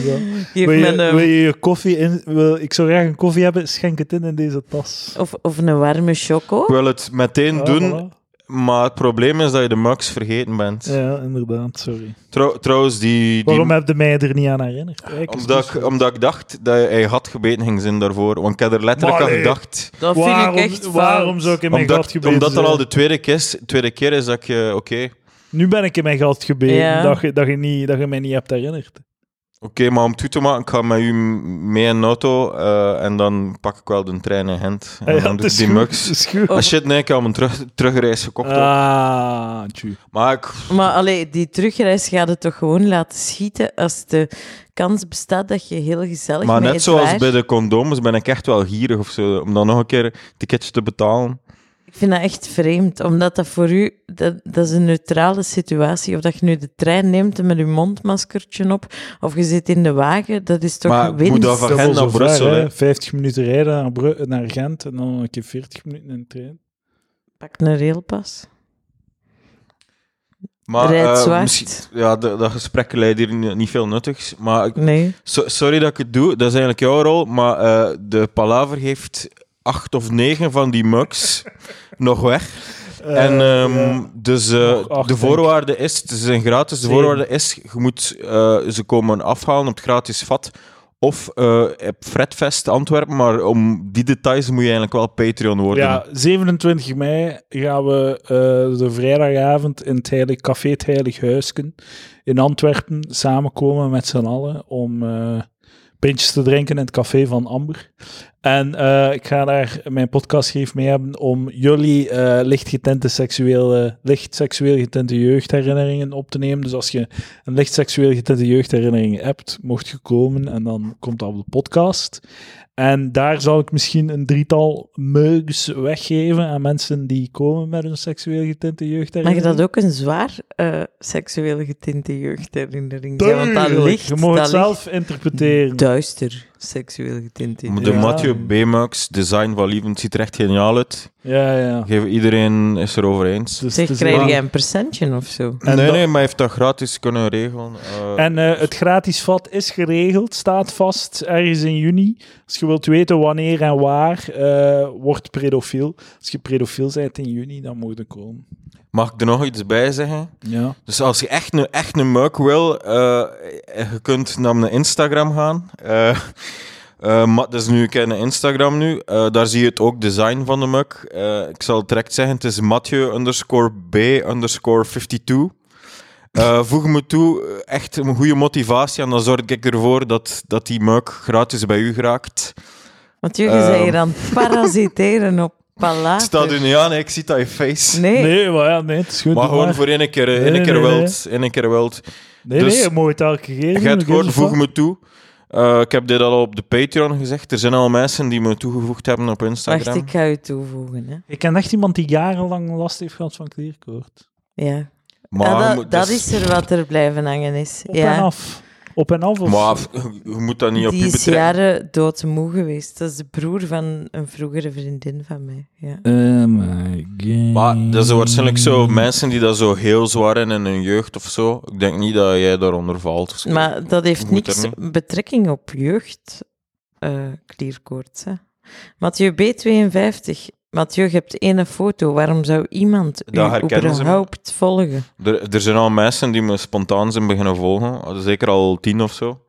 S2: Geef eh,
S3: wil je,
S2: me een-
S3: wil je je koffie in, wil, ik zou graag een koffie hebben, schenk het in in deze tas.
S2: of, of een warme choco.
S1: Ik wil het meteen
S3: Ah,
S1: doen,
S3: voilà.
S1: Maar het probleem is dat je de max vergeten bent.
S3: Ja, inderdaad, sorry.
S1: Trouw- trouwens, die... die
S3: Waarom heb je mij er niet aan herinnerd? Kijk, eens,
S1: omdat, ik,
S3: dus-
S1: omdat ik dacht dat hij had gebeten ging zijn daarvoor. Want ik heb er letterlijk
S3: Maar
S1: aan
S3: nee.
S1: gedacht.
S2: Dat vind
S3: waarom,
S2: ik echt
S3: waarom
S2: fout.
S3: zou ik in mijn gat
S1: Omdat,
S3: gebeten
S1: omdat dat
S3: zijn?
S1: al de tweede keer is, tweede keer is dat je... Oké,
S3: Nu ben ik in mijn gat gebeten,
S2: Ja.
S3: dat, je, dat, je niet, dat je mij niet hebt herinnerd.
S1: Oké, maar om toe te maken, ik ga met u m- mee in de auto eh, en dan pak ik wel de trein in Gent. En
S3: Ja,
S1: dan
S3: het
S1: doe ik
S3: is
S1: die
S3: goed,
S1: mugs.
S3: het is goed.
S1: Ah shit, nee, ik heb hem terug, terugreis gekocht. ook.
S3: Ah, tju.
S1: Maar ik,
S2: Maar allee, die terugreis gaat het toch gewoon laten schieten als de kans bestaat dat je heel gezellig
S1: maar
S2: met
S1: net zoals
S2: Edouard-
S1: bij de condooms ben ik echt wel gierig of zo, om dan nog een keer een ticketje te betalen.
S2: Ik vind dat echt vreemd, omdat dat voor u... Dat, dat is een neutrale situatie. Of dat je nu de trein neemt en met je mondmaskertje op, of je zit in de wagen, dat is toch
S1: Maar
S2: een
S1: moet
S2: winst.
S1: dat van-
S3: Dubbel
S1: Gent
S3: zo
S1: naar
S3: ver,
S1: Brussel,
S3: hè.
S1: hè.
S3: 50 minuten rijden naar, Bru- naar Gent en dan een keer 40 minuten in de trein.
S2: Pak een railpas.
S1: Maar,
S2: Rijd
S1: eh,
S2: zwart.
S1: misschien- ja, dat, dat gesprek leidt hier niet, niet veel nuttigs. Maar ik-
S2: Nee.
S1: so- sorry dat ik het doe, dat is eigenlijk jouw rol. Maar eh, de Palaver heeft acht of negen van die mugs nog weg. En,
S3: Eh,
S1: ehm,
S3: ja.
S1: dus eh,
S3: Nog
S1: de
S3: acht, denk ik.
S1: voorwaarde is, ze zijn gratis, de
S3: Zeven.
S1: voorwaarde is, je moet eh, ze komen afhalen op het gratis vat. Of eh op Fredfest Antwerpen, maar om die details moet je eigenlijk wel Patreon worden.
S3: Ja, 27 mei gaan we eh, de vrijdagavond in het heilig, Café Het Heilig Huisken in Antwerpen samenkomen met z'n allen om eh, pintjes te drinken in het café van Amber. En eh, ik ga daar mijn podcastgeef mee hebben om jullie eh, licht, getinte seksuele, licht seksueel getinte jeugdherinneringen op te nemen. Dus als je een licht seksueel getinte jeugdherinnering hebt, mocht je komen en dan komt dat op de podcast. En daar zal ik misschien een drietal mugs weggeven aan mensen die komen met een seksueel getinte
S2: Mag je
S3: jeugdherinnering.
S2: dat ook een zwaar eh, seksueel getinte jeugdherinnering zijn? Want
S3: Tuurlijk,
S2: dat ligt...
S3: je mag
S2: dat
S3: het zelf interpreteren.
S2: ligt duister seksueel getinte
S1: Maar De
S3: Ja.
S1: Mathieu B-Mux, design van Lieven, het ziet er echt geniaal uit.
S3: Ja, ja.
S1: Geef- Iedereen is erover eens.
S3: Dus het
S2: Zeg,
S3: is
S2: krijg
S3: een-
S2: jij een percentje of zo?
S3: En
S1: nee,
S3: dat-
S1: nee, maar hij heeft dat gratis kunnen regelen. eh.
S3: En eh, het gratis vat is geregeld, staat vast ergens in juni. Als je wilt weten wanneer en waar, eh wordt pedofiel. Als je pedofiel bent in juni, dan moet je komen.
S1: Mag ik er nog iets bij zeggen?
S3: Ja.
S1: Dus als je echt een, echt een mug wil, eh, eh, je kunt naar mijn Instagram gaan. Eh eh, maar dat is nu, ik ken Instagram nu. Eh, daar zie je het ook design van de mug. Eh, ik zal het direct zeggen, het is Mathieu underscore B underscore 52. Eh, voeg me toe, eh, echt een goede motivatie. En dan zorg ik ervoor dat, dat die mug gratis bij u geraakt.
S2: Want jullie zijn
S1: Ehm.
S2: hier aan het parasiteren op
S1: Het
S2: palaver.
S1: staat u niet aan, hè. ik zie dat je face.
S2: Nee.
S3: Ah, Nee, maar ja, nee, het is goed.
S1: Maar
S3: doe
S1: gewoon
S3: maar.
S1: voor één keer,
S3: Nee,
S1: eh, één
S3: nee,
S1: keer
S3: nee,
S1: wild, één keer wild.
S3: Nee,
S1: dus-
S3: nee, je mag het elke keer doen.
S1: Je hebt
S3: ik weet
S1: gehoord,
S3: het
S1: voeg
S3: wel.
S1: me toe. Eh, ik heb dit al op de Patreon gezegd. Er zijn al mensen die me toegevoegd hebben op Instagram.
S2: Wacht, ik ga u toevoegen. Hè.
S3: Ik ken echt iemand die jarenlang last heeft gehad van klierkoord.
S2: Ja.
S1: Maar,
S2: Ah,
S1: je
S2: dat,
S1: moet- dus-
S2: dat is er wat er blijven hangen is.
S3: Op
S2: ja.
S3: en af. Op en af. Of...
S1: Maar f- je moet dat niet op
S2: Die
S1: je
S2: is
S1: betrekken.
S2: jaren doodmoe geweest. Dat is de broer van een vroegere vriendin van mij. Ja.
S3: Oh my god.
S1: Maar dat zijn waarschijnlijk zo mensen die dat zo heel zwaar in in hun jeugd of zo. Ik denk niet dat jij daaronder valt. of zo.
S2: Maar dat heeft
S1: Moet er
S2: niks betrekking op jeugd, eh klierkoorts. Hè. Mathieu B52. Mathieu, je hebt één foto. Waarom zou iemand u
S1: Dat herkennen ze me.
S2: überhaupt volgen?
S1: er, er zijn al mensen die me spontaan zijn beginnen volgen. Zeker al tien of zo.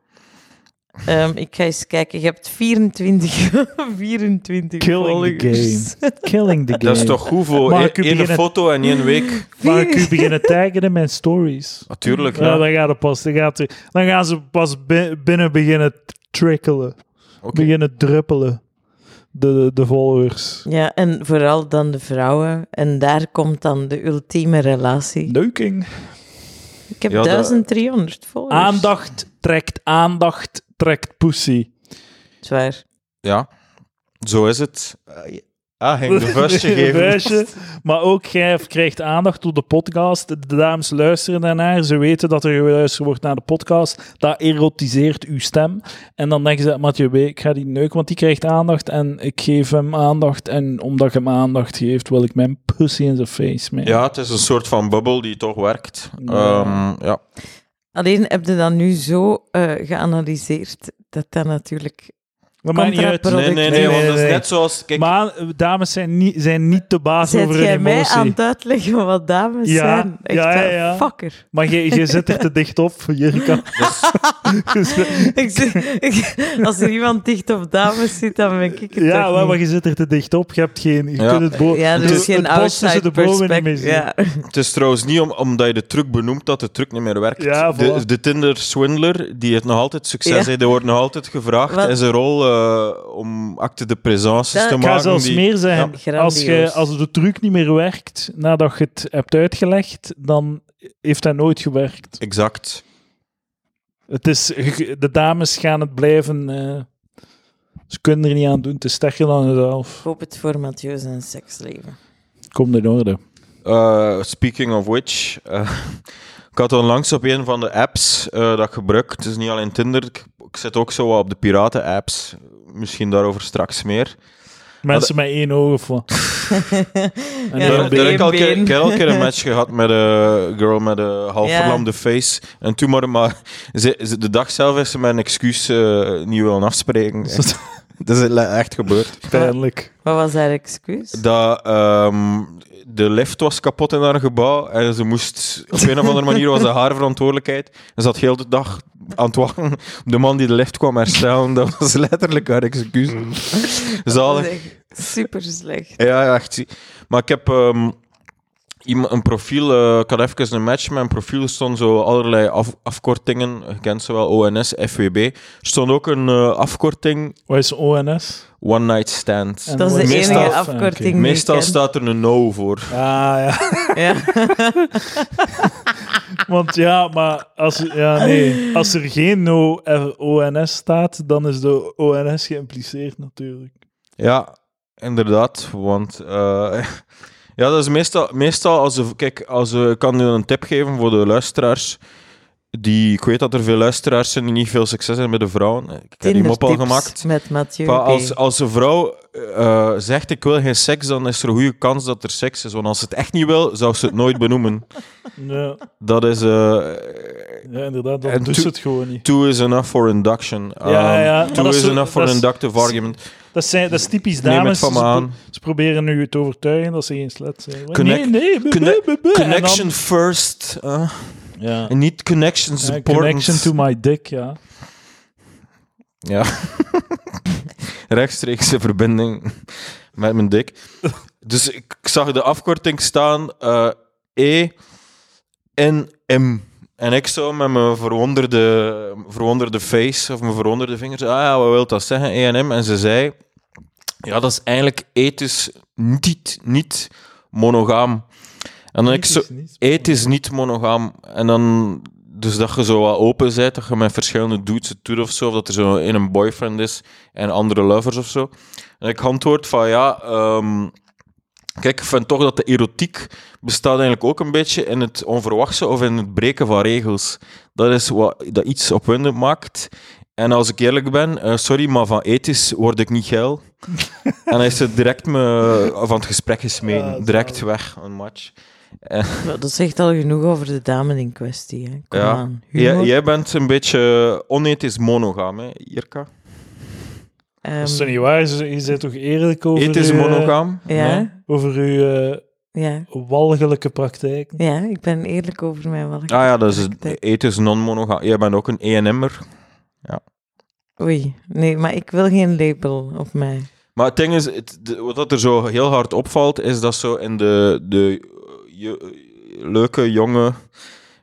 S2: Ehm, ik ga eens kijken. Je hebt 24, 24
S3: Killing the
S2: volgers.
S3: Killing the game.
S1: Dat is toch goed voor
S3: Mag
S1: e-
S3: ik u
S1: één
S3: beginnen-
S1: foto en één week.
S3: Mag ik u beginnen taggen in mijn stories?
S1: Natuurlijk.
S3: Ja, dan gaat het pas. Dan, gaat het- dan gaan ze pas bi- binnen beginnen t- trickelen. Beginnen druppelen. De, de, de followers.
S2: Ja, en vooral dan de vrouwen. En daar komt dan de ultieme relatie.
S3: Leuking.
S2: Ik heb
S1: Ja, dat-
S2: 1300 volgers.
S3: Aandacht trekt aandacht trekt pussy.
S2: Zwaar.
S1: Ja, zo is het. Ah, ging de vuistje
S3: Een
S1: geven.
S3: vuistje. Maar ook jij krijgt aandacht door de podcast. De dames luisteren daarnaar. Ze weten dat er geluisterd wordt naar de podcast. Dat erotiseert uw stem. En dan denken ze, Mathieu B, ik ga die neuk, want die krijgt aandacht. En ik geef hem aandacht. En omdat ik hem aandacht geeft, wil ik mijn pussy in zijn face mee.
S1: Ja, het is een soort van bubbel die toch werkt.
S3: Ja.
S1: Ehm, ja.
S2: Alleen heb je dat nu zo eh, geanalyseerd dat dat natuurlijk
S3: Dat maakt niet uit.
S2: Contraproductief.
S1: Nee, nee, nee,
S3: Nee,
S1: want
S3: nee,
S1: dat is
S3: nee.
S1: net zoals... Kijk,
S3: Maar eh, dames zijn niet, zijn niet de baas
S2: Zet
S3: over hun
S2: jij mij
S3: emotie.
S2: aan het uitleggen wat dames
S3: Ja,
S2: zijn? Echt
S3: ja, ja,
S2: wel,
S3: ja.
S2: fucker.
S3: Maar jij jij zit er te dicht op, Jurka. Dus,
S2: Ik zeg- ik- als er iemand dicht op dames zit, dan ben ik het
S3: ja,
S2: toch
S3: maar, maar
S2: niet.
S3: je zit er te dicht op. Je, hebt geen, je
S1: Ja.
S3: kunt het bo-
S2: Ja, er
S3: het-
S2: is geen
S3: het bos tussen
S2: outside
S3: de bomen niet meer
S2: perspective.
S3: zien.
S2: Ja.
S1: het is trouwens niet om, omdat je de truc benoemt dat de truc niet meer werkt.
S3: Ja, voilà.
S1: de, de Tinder-swindler, die het nog altijd succes
S2: Ja.
S1: heeft, die wordt nog altijd gevraagd
S2: Wat?
S1: in zijn rol eh, om acte de présence
S2: Dat-
S1: te
S3: Ik
S1: maken.
S3: ga zelfs
S1: die-
S3: meer zeggen.
S2: Ja.
S3: als, je,
S2: Grandioos.
S3: als de truc niet meer werkt nadat je het hebt uitgelegd, dan heeft dat nooit gewerkt.
S1: Exact.
S3: Het is, de dames gaan het blijven. eh, ze kunnen er niet aan doen. Het is sterker dan jezelf.
S2: Ik hoop het voor Mathieu zijn seksleven.
S3: Komt in orde.
S1: Eh, speaking of which, eh, ik had onlangs op een van de apps eh, dat ik gebruik, het is niet alleen Tinder, ik, ik zit ook zo wat op de piraten-apps, misschien daarover straks meer.
S3: Mensen met één oog of wat. En
S2: Ja,
S1: Daar-
S3: één
S1: daar
S2: dat
S3: been.
S1: heb ik al keer,
S2: been.
S1: ik heb al keer een match gehad met een eh, girl met een half
S2: Ja.
S1: verlamde face. En toen maar, maar ze, ze- de dag zelf is ze mijn excuus eh, niet willen afspreken.
S3: Is dat
S1: Dat is le- echt gebeurd.
S3: Pijnlijk.
S2: Wat was haar excuus?
S1: Dat, ehm, de lift was kapot in haar gebouw en ze moest, op een of andere manier was dat haar verantwoordelijkheid. En ze had heel de dag aan het wachten op de man die de lift kwam herstellen. Dat was letterlijk haar excuus.
S2: Mm.
S1: Zalig.
S2: Super slecht.
S1: Ja, ja, echt. zie- Maar ik heb ehm, iemand- een profiel, eh, ik had even een match. Mijn profiel stond zo allerlei af- afkortingen. Je kent ze wel, ONS, FWB. Er stond ook een eh, afkorting,
S3: Wat is ONS?
S1: One Night Stand.
S3: En
S2: Dat is
S3: wat
S2: de
S1: Meestal-
S2: enige
S3: Ah, oké.
S2: afkorting
S1: Meestal
S2: die ik ken.
S1: staat er een no voor.
S3: Ah ja.
S2: Ja.
S3: Want ja, maar als, ja, nee. als er geen no eh, ONS staat, dan is de ONS geïmpliceerd natuurlijk.
S1: Ja, inderdaad. Want eh, ja, dat is meestal, meestal als we, kijk, als we, ik kan nu een tip geven voor de luisteraars. Die, ik weet dat er veel luisteraars zijn die niet veel succes hebben met de vrouwen. Ik heb die mop al
S2: Tindertips
S1: gemaakt.
S2: met Mathieu.
S1: Pa,
S2: B.
S1: als, als een vrouw eh, zegt ik wil geen seks, dan is er een goede kans dat er seks is. Want als ze het echt niet wil, zou ze het nooit benoemen.
S3: Ja,
S1: Dat is... eh
S3: ja inderdaad. Dan
S1: En
S3: doet
S1: toe-
S3: ze het gewoon niet.
S1: two is enough for induction. Um,
S3: Ja, ja, maar
S1: Two
S3: dat
S1: is
S3: is zo-
S1: enough for
S3: dat is-
S1: inductive argument.
S3: Dat, zijn, dat is typisch
S1: Neem het
S3: dames.
S1: van me
S3: Ze pro-
S1: aan.
S3: Ze proberen nu te overtuigen dat ze geen slet zijn.
S1: Connect-
S3: nee, nee. buh,
S1: conne-
S3: buh, buh, buh. En dan-
S1: Connection first. eh.
S3: ja.
S1: En niet connections
S3: Ja,
S1: important.
S3: connection to my dick, ja.
S1: Ja. Rechtstreekse verbinding met mijn dik. Dus ik, ik zag de afkorting staan eh, E N M. En ik zo met mijn verwonderde, verwonderde face of mijn verwonderde vingers. Ah ja, wat wil dat zeggen? E N M. En ze zei: Ja, dat is eigenlijk ethisch niet, niet monogaam. En dan ik zo,
S3: Is niet-
S1: Eet is niet monogaam. En dan, dus dat je zo wat open bent, dat je met verschillende dudes het doet of zo, of dat er zo in een boyfriend is en andere lovers of zo. En ik antwoord van ja, ehm, kijk, ik vind toch dat de erotiek bestaat eigenlijk ook een beetje in het onverwachte of in het breken van regels. Dat is wat dat iets opwindend maakt. En als ik eerlijk ben, eh, sorry, maar van ethisch word ik niet geil. en hij is er direct me van het gesprek gesmeten.
S3: Ah,
S1: direct
S3: zalig.
S1: weg, een match.
S2: Maar Dat zegt al genoeg over de dame in kwestie. Hè. Kom
S1: Ja.
S2: aan.
S1: Jij-
S2: Humor.
S1: jij bent een beetje onethisch monogaam, hè, Jirka?
S2: Ehm,
S3: Dat is toch niet waar? Ze- Je bent toch eerlijk over
S1: Ethisch
S3: uw, eh,
S1: monogaam? Nee?
S2: ja,
S3: over uw eh,
S2: ja,
S3: walgelijke praktijken?
S2: ja, ik ben eerlijk over mijn walgelijke
S1: Ah ja, dat is
S2: praktijk.
S1: ethisch non-monogaam. Jij bent ook een E ENM'er.
S2: Oei, nee, maar ik wil geen label op mij.
S1: Maar het ding is, het- de- wat dat er zo heel hard opvalt, is dat zo in de, de eh, je- leuke, jonge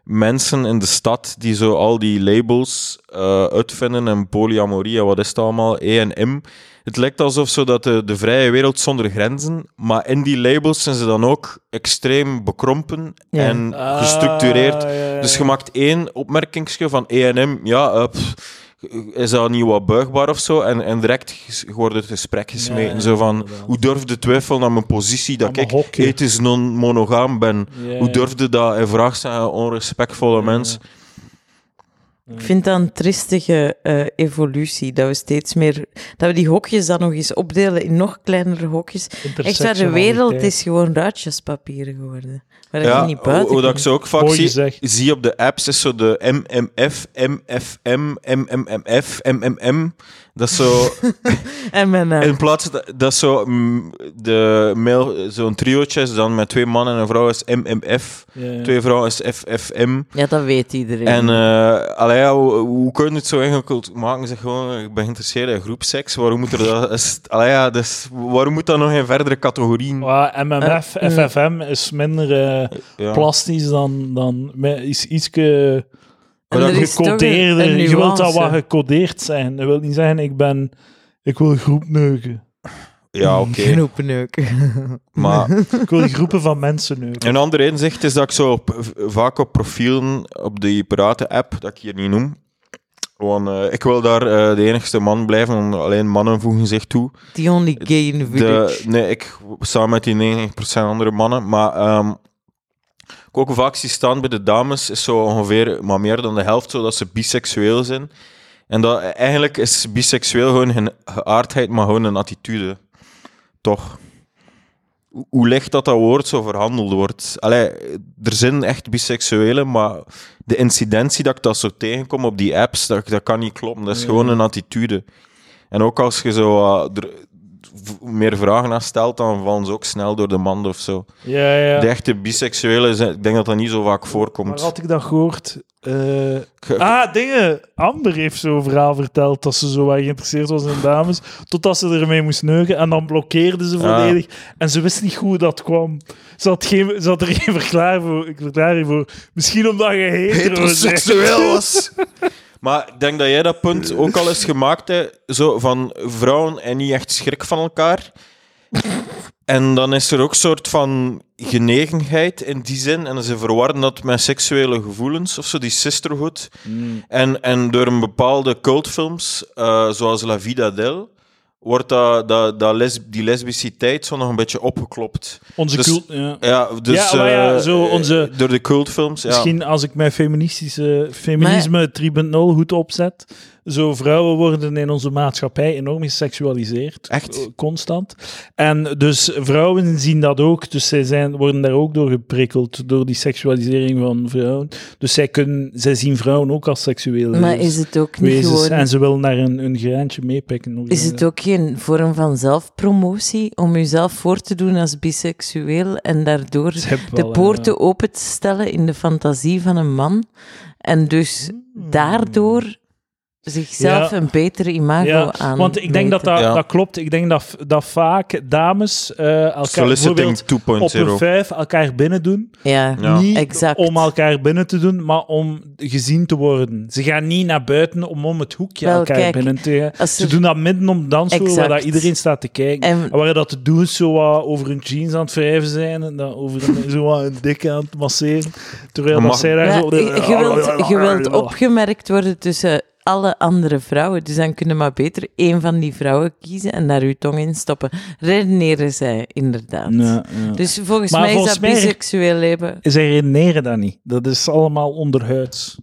S1: mensen in de stad die zo al die labels eh, uitvinden en polyamorie en wat is het allemaal, E&M. Het lijkt alsof zo dat de, de vrije wereld zonder grenzen, maar in die labels zijn ze dan ook extreem bekrompen
S2: Ja.
S1: en gestructureerd.
S3: Ah, ja, ja.
S1: Dus je maakt één opmerkingsje van E&M, ja, eh, pff, is dat niet wat buigbaar of zo? En, en direct ges- wordt het gesprek gesmeten.
S3: Ja, ja,
S1: zo van,
S3: inderdaad.
S1: hoe durfde twijfel aan mijn positie
S3: Aan
S1: dat
S3: mijn
S1: ik
S3: hokje.
S1: ethisch non-monogaam ben?
S3: Ja,
S1: Hoe
S3: ja.
S1: durfde dat in vraag zijn aan onrespectvolle
S3: Ja, ja.
S1: mensen?
S2: Ik vind dat een tristige eh, evolutie. Dat we steeds meer. Dat we die hokjes dan nog eens opdelen in nog kleinere hokjes. Echt waar, de wereld is gewoon ruitjespapier geworden. Waar je niet
S1: hoe,
S2: buiten
S1: hoe dat ik
S2: komt.
S1: ze ook vaak
S3: Mooi
S1: zie,
S3: gezegd.
S1: zie op de apps, is zo de MMF, MFM, MMMF, MMM. Dat is zo,
S2: En mijn naam.
S1: in plaats dat, dat is zo, mm, de mail, zo'n triootje is dan met twee mannen en een vrouw is MMF, twee vrouwen is FFM.
S2: Ja, dat weet iedereen.
S1: En eh allee, ja, hoe, hoe kun je het zo ingewikkeld maken? Zeg gewoon, ik ben geïnteresseerd in groepseks. Waarom moet er dat, is, allee, ja, dus, waarom moet dat nog in verdere categorieën?
S3: Ah, MMF,
S2: Eh, eh.
S3: FFM is minder eh,
S1: Ja.
S3: plastisch dan, dan me- is iets ge,
S2: En er is toch een-
S3: gecodeerder.
S2: een
S3: Je wilt dat
S2: nuance.
S3: wat gecodeerd zijn. Dat wil niet zeggen, ik ben... Ik wil groep neuken.
S1: Ja, oké.
S2: Knoepeneuken.
S1: Maar
S3: Ik wil groepen van mensen neuken.
S1: Een ander inzicht is dat ik zo op- v- vaak op profielen op die Piraten-app, dat ik hier niet noem, want eh, ik wil daar eh, de enigste man blijven, want alleen mannen voegen zich toe.
S2: The only gay in the
S1: De,
S2: village.
S1: nee, ik samen met die 90% andere mannen, maar ehm ik ook vaak zie staan bij de dames, is zo ongeveer, maar meer dan de helft, zo dat ze biseksueel zijn. En dat, eigenlijk is biseksueel gewoon geen geaardheid, maar gewoon een attitude. Toch? Hoe- Hoe ligt dat dat woord zo verhandeld wordt? Allee, er zijn echt biseksuelen, maar de incidentie dat ik dat zo tegenkom op die apps, dat, dat kan niet kloppen. Dat is gewoon een attitude. En ook als je zo eh, er v- meer vragen aan stelt, dan vallen ze ook snel door de mand of zo.
S3: Ja, ja.
S1: De echte biseksuelen, zijn- ik denk dat dat niet zo vaak
S3: Maar
S1: voorkomt.
S3: had ik dat gehoord? Eh,
S1: Ik-
S3: Ah, dingen. Amber heeft zo'n verhaal verteld dat ze zo wat geïnteresseerd was in dames. Totdat ze ermee moest neuken. En dan blokkeerde ze
S1: Ja.
S3: volledig. En ze wist niet goed hoe dat kwam. Ze had, geen, ze had er geen verklaring voor, verklaring voor. Misschien omdat je hetero bent.
S1: heteroseksueel was. maar ik denk dat jij dat punt ook al eens gemaakt hebt, zo van vrouwen en niet echt schrik van elkaar. En dan is er ook een soort van genegenheid in die zin. En ze verwarren dat met seksuele gevoelens of zo, die sisterhood.
S3: Hmm.
S1: En, en door een bepaalde cultfilms, eh, zoals La Vida Del, wordt dat, dat, dat lesb- die lesbiciteit zo nog een beetje opgeklopt.
S3: Onze
S1: Dus-
S3: cult... Ja.
S1: Ja, dus
S3: maar ja,
S1: eh,
S3: zo onze-
S1: door de cultfilms. Ja.
S3: Misschien als ik mijn feministische feminisme 3.0 goed opzet. Zo vrouwen worden in onze maatschappij enorm geseksualiseerd.
S1: Echt?
S3: Eh, Constant. En dus vrouwen zien dat ook. Dus zij zijn, worden daar ook door geprikkeld. Door die seksualisering van vrouwen. Dus zij, kunnen, zij zien vrouwen ook als seksuele
S2: Maar
S3: wezens-
S2: is het ook niet
S3: wezens.
S2: gewoon...
S3: En ze willen daar een, een graantje meepikken. Of eh,
S2: Is
S3: zo.
S2: het ook geen vorm van zelfpromotie om jezelf voor te doen als biseksueel en daardoor
S3: Ze hebben wel eh,
S2: de
S3: een,
S2: poorten open te stellen in de fantasie van een man en dus daardoor zichzelf
S3: Hmm. Ja.
S2: een betere imago
S3: Ja,
S2: aan
S3: Want ik denk dat dat,
S1: Ja.
S3: dat klopt. Ik denk dat, dat vaak dames eh elkaar
S1: Soliciting
S3: bijvoorbeeld
S1: 2.0.
S3: op een vijf elkaar binnen doen.
S2: Ja,
S1: Ja.
S3: Niet
S2: exact.
S3: om elkaar binnen te doen, maar om gezien te worden. Ze gaan niet naar buiten om om het hoekje
S2: Wel,
S3: elkaar
S2: kijk,
S3: binnen te gaan.
S2: als
S3: Ze
S2: er-
S3: doen Oh, dat midden om de dansvloer, waar
S2: Exact.
S3: dat iedereen staat te kijken. En,
S2: En
S3: waar dat de dudes zo wat over hun jeans aan het wrijven zijn en dan over hun, zo wat hun dik aan het masseren. Terwijl
S1: Maar
S3: dat
S1: mag-
S3: zij daar Oh,
S2: ja,
S3: zo...
S2: je, je wilt, je wilt opgemerkt worden tussen alle andere vrouwen, dus dan kunnen maar beter één van die vrouwen kiezen en daar uw tong in stoppen. Redeneren zij inderdaad.
S3: Ja, ja.
S2: Dus volgens
S3: Maar
S2: mij
S3: volgens
S2: is dat
S3: mij-
S2: biseksueel leven.
S3: Zij redeneren dat niet. Dat is allemaal onderhuids.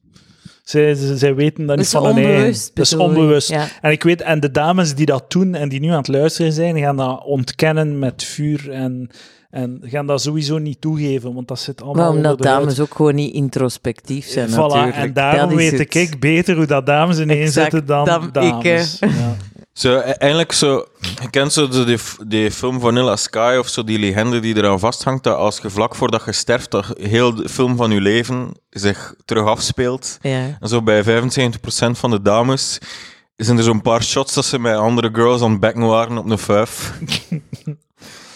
S3: Zij, zij, zij weten dat
S2: Dat
S3: niet
S2: is
S3: van hun eigen.
S2: onbewust.
S3: Dat is
S2: bedoel je.
S3: onbewust.
S2: Ja.
S3: En ik weet, en de dames die dat doen en die nu aan het luisteren zijn, gaan dat ontkennen met vuur en, en gaan dat sowieso niet toegeven, want dat zit allemaal
S2: Maar omdat
S3: onder de huid.
S2: dames ook gewoon niet introspectief zijn,
S3: Voilà,
S2: natuurlijk.
S3: en daarom
S2: Dat is
S3: weet
S2: het.
S3: ik beter hoe dat dames
S2: Exact,
S3: ineenzitten dan,
S2: dan ik,
S3: dames. Ja.
S1: Zo, e- eigenlijk zo... Je kent zo de, die, f- die film Vanilla Sky of zo, die legende die eraan vasthangt, dat als je vlak voordat je sterft, dat heel de film van je leven zich terug afspeelt.
S2: Ja.
S1: En zo bij 75% van de dames zijn er zo'n paar shots dat ze met andere girls aan het bekken waren op een vijf.